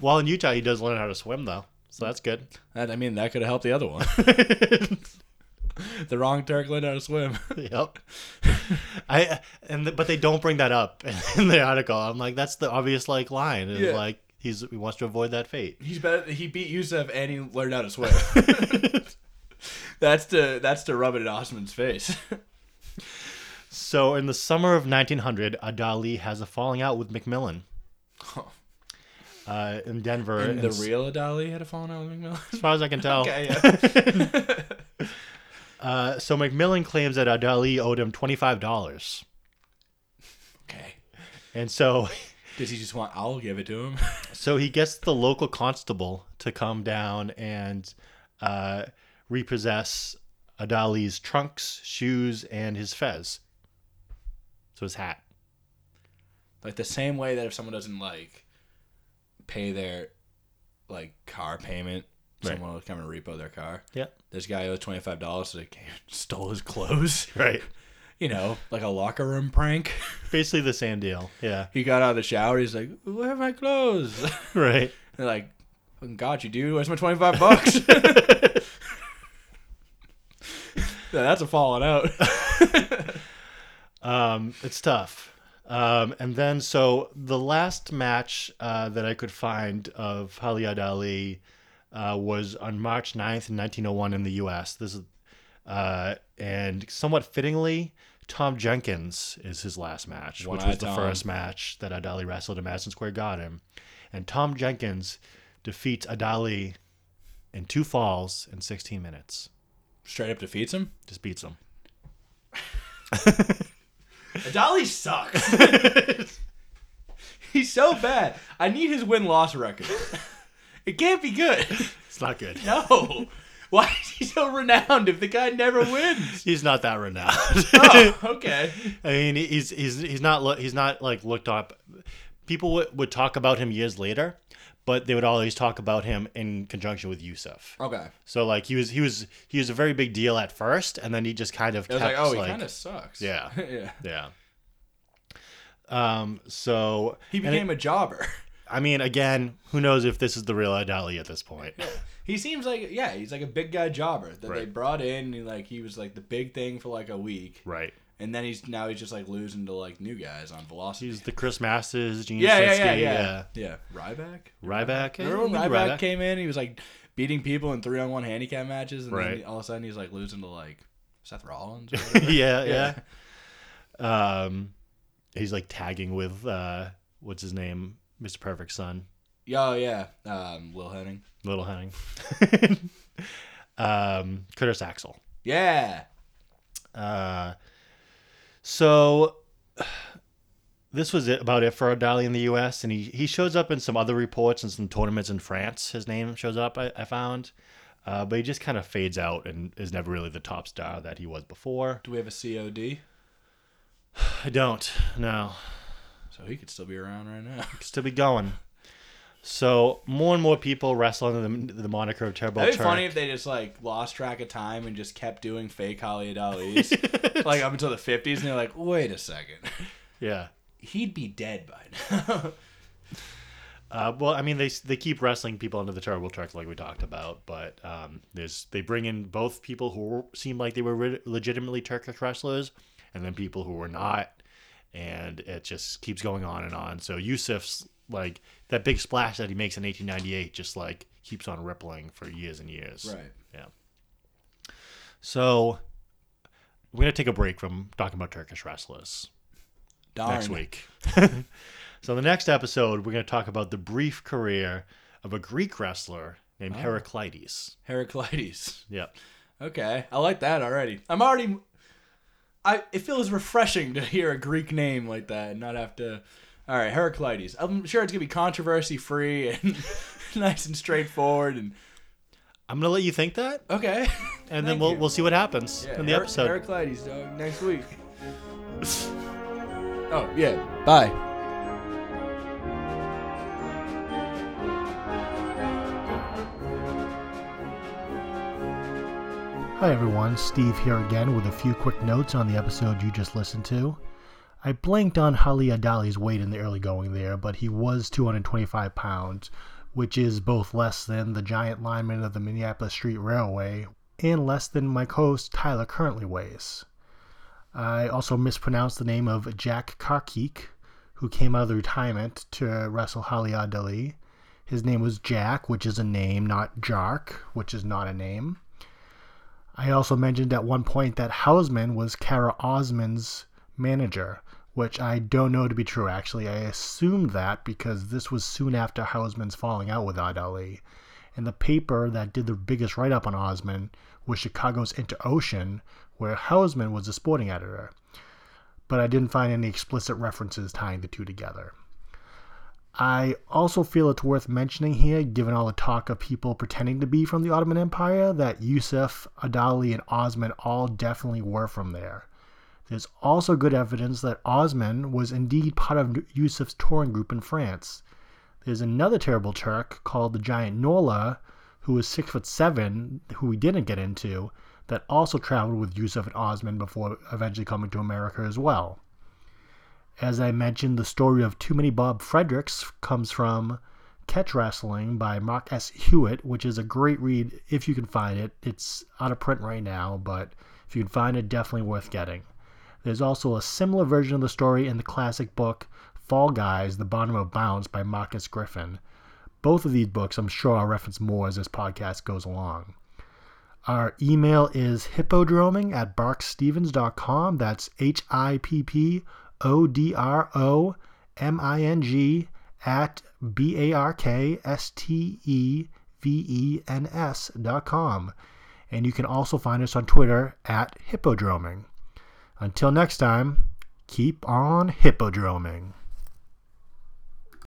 [SPEAKER 1] While in Utah, he does learn how to swim though, so that's good.
[SPEAKER 2] that, I mean, that could have helped the other one. the wrong Turk learned how to swim.
[SPEAKER 1] yep. I and th but they don't bring that up in the article. I'm like, that's the obvious like line. It's
[SPEAKER 2] Yeah.
[SPEAKER 1] like he's he wants to avoid that fate.
[SPEAKER 2] He's better. He beat Yusef and he learned how to swim. that's to that's to rub it in Osman's face.
[SPEAKER 1] So in the summer of 1900, Adali has a falling out with McMillan Oh. uh, in Denver.
[SPEAKER 2] And the
[SPEAKER 1] and Oh. s-
[SPEAKER 2] real Adali had a falling out with McMillan.
[SPEAKER 1] as far as I can tell.
[SPEAKER 2] Okay, yeah.
[SPEAKER 1] uh, so McMillan claims that Adali owed him twenty five dollars,
[SPEAKER 2] okay.
[SPEAKER 1] and so
[SPEAKER 2] Does he just want? I'll give it to him.
[SPEAKER 1] So he gets the local constable to come down and uh, repossess Adali's trunks, shoes, and his fez. So his hat.
[SPEAKER 2] like the same way that if someone doesn't like pay their like car payment,
[SPEAKER 1] Right.
[SPEAKER 2] someone will come and repo their car.
[SPEAKER 1] Yeah.
[SPEAKER 2] This guy owes twenty five dollars, so they came, stole his clothes.
[SPEAKER 1] Right.
[SPEAKER 2] You know, like a locker room prank.
[SPEAKER 1] Basically the same deal. Yeah.
[SPEAKER 2] He got out of the shower. He's like, "Where are my clothes?"
[SPEAKER 1] Right.
[SPEAKER 2] They're like, fucking got you, dude. Where's my 25 bucks? Yeah, that's a falling out.
[SPEAKER 1] Um, it's tough. Um, and then, so the last match uh, that I could find of Halyad Ali uh, was on March 9th, 1901, in the U.S. This is, uh, and somewhat fittingly, Tom Jenkins is his last match, which
[SPEAKER 2] One-eyed
[SPEAKER 1] was the
[SPEAKER 2] Tom.
[SPEAKER 1] first match that Adali wrestled in Madison Square Garden. And Tom Jenkins defeats Adali in two falls in 16 minutes.
[SPEAKER 2] Straight up defeats him.
[SPEAKER 1] Just beats him.
[SPEAKER 2] Dolly sucks. He's so bad. I need his win loss record. It can't be good.
[SPEAKER 1] It's not good.
[SPEAKER 2] No. Why is he so renowned if the guy never wins?
[SPEAKER 1] He's not that renowned.
[SPEAKER 2] Oh, okay.
[SPEAKER 1] I mean, he's he's he's not lo- he's not like looked up. People would, would talk about him years later, but they would always talk about him in conjunction with Yusuf.
[SPEAKER 2] Okay.
[SPEAKER 1] So like he was he was he was a very big deal at first, and then he just kind of
[SPEAKER 2] I was
[SPEAKER 1] kept,
[SPEAKER 2] like, oh, he kind of sucks.
[SPEAKER 1] Yeah.
[SPEAKER 2] yeah.
[SPEAKER 1] yeah. Um. So
[SPEAKER 2] He became a jobber.
[SPEAKER 1] I mean, again, who knows if this is the real Ed Daly at this point?
[SPEAKER 2] He seems like yeah, he's like a big guy jobber that they
[SPEAKER 1] Right.
[SPEAKER 2] brought in. And like he was like the big thing for like a week,
[SPEAKER 1] right.
[SPEAKER 2] and then he's now he's just like losing to like new guys on velocity.
[SPEAKER 1] He's the Chris Masters, Gene
[SPEAKER 2] yeah, yeah,
[SPEAKER 1] Siski,
[SPEAKER 2] yeah, yeah, yeah, Ryback.
[SPEAKER 1] Ryback. eh,
[SPEAKER 2] Remember when
[SPEAKER 1] Yeah,
[SPEAKER 2] Ryback came in? He was like beating people in three on one handicap matches, and
[SPEAKER 1] Right.
[SPEAKER 2] then all of a sudden he's like losing to like Seth Rollins. Or whatever.
[SPEAKER 1] yeah, yeah, Um, he's like tagging with uh, what's his name, Mr. Perfect's son,
[SPEAKER 2] Yeah, oh yeah, um, Lil Henning.
[SPEAKER 1] Little Henning, um, Curtis Axel.
[SPEAKER 2] Yeah,
[SPEAKER 1] Uh, so this was it, about it for Dali in the U.S. And he, he shows up in some other reports and some tournaments in France. His name shows up, I, I found. Uh, but he just kind of fades out and is never really the top star that he was before.
[SPEAKER 2] do we have a COD?
[SPEAKER 1] I don't. No.
[SPEAKER 2] So he could still be around right now.
[SPEAKER 1] Still be going. So more and more people wrestle under the, the moniker of Turbo
[SPEAKER 2] That'd be
[SPEAKER 1] Turk.
[SPEAKER 2] funny if they just like lost track of time and just kept doing fake Hollywood Ali's like up until the fifties, and they're like, wait a second,
[SPEAKER 1] Yeah.
[SPEAKER 2] he'd be dead by now.
[SPEAKER 1] Uh, well, I mean, they they keep wrestling people under the terrible truck, like we talked about, but um, there's they bring in both people who seem like they were re- legitimately Turkish wrestlers, and then people who were not, and it just keeps going on and on. So Yusuf's like that big splash that he makes in 1898 just like keeps on rippling for years and years.
[SPEAKER 2] right.
[SPEAKER 1] Yeah. So we're gonna take a break from talking about Turkish wrestlers
[SPEAKER 2] Darn.
[SPEAKER 1] next week. so the next episode, we're going to talk about the brief career of a Greek wrestler named
[SPEAKER 2] Ah.
[SPEAKER 1] Heraclides.
[SPEAKER 2] Heraclides.
[SPEAKER 1] Yeah,
[SPEAKER 2] Okay, I like that already. I'm already. I it feels refreshing to hear a Greek name like that and not have to. All right, Heraclides. I'm sure it's gonna be controversy free and nice and straightforward and
[SPEAKER 1] I'm going to let you think that,
[SPEAKER 2] okay.
[SPEAKER 1] and
[SPEAKER 2] Thank
[SPEAKER 1] then we'll
[SPEAKER 2] you.
[SPEAKER 1] we'll see what happens
[SPEAKER 2] Yeah,
[SPEAKER 1] in the
[SPEAKER 2] Her-
[SPEAKER 1] episode.
[SPEAKER 2] Heraclides, dog. Next week. oh yeah. Bye.
[SPEAKER 3] Hi everyone, Steve here again with a few quick notes on the episode you just listened to. I blanked on Hali Adali's weight in the early going there, but he was 225 pounds, which is both less than the giant lineman of the Minneapolis Street Railway and less than my co host Tyler currently weighs. I also mispronounced the name of Jack Karkik, who came out of the retirement to wrestle Hali Adali. His name was Jack, which is a name, not Jark, which is not a name. I also mentioned at one point that Hausman was Kara Osman's manager, which I don't know to be true actually. I assumed that because this was soon after Hausman's falling out with Odd Ali. And the paper that did the biggest write up on Osman was Chicago's Interocean, where Hausman was the sporting editor. But I didn't find any explicit references tying the two together. I also feel it's worth mentioning here, given all the talk of people pretending to be from the Ottoman Empire, that Yusuf, Adali, and Osman all definitely were from there. There's also good evidence that Osman was indeed part of Yusuf's touring group in France. There's another terrible Turk called the giant Nola, who was six foot seven, who we didn't get into, that also traveled with Yusuf and Osman before eventually coming to America as well as I mentioned, the story of Too Many Bob Fredericks comes from Catch Wrestling by Mark S. Hewitt, which is a great read if you can find it. It's out of print right now, but if you can find it, definitely worth getting. There's also a similar version of the story in the classic book Fall Guys, The Bottom of Bounds by Marcus Griffin. Both of these books, I'm sure, I'll reference more as this podcast goes along. Our email is hippodroming at barkstevens.com. That's H I P P O D R O M I N G at B A R K S T E V E N S dot com. And you can also find us on Twitter at hippodroming. Until next time, keep on hippodroming.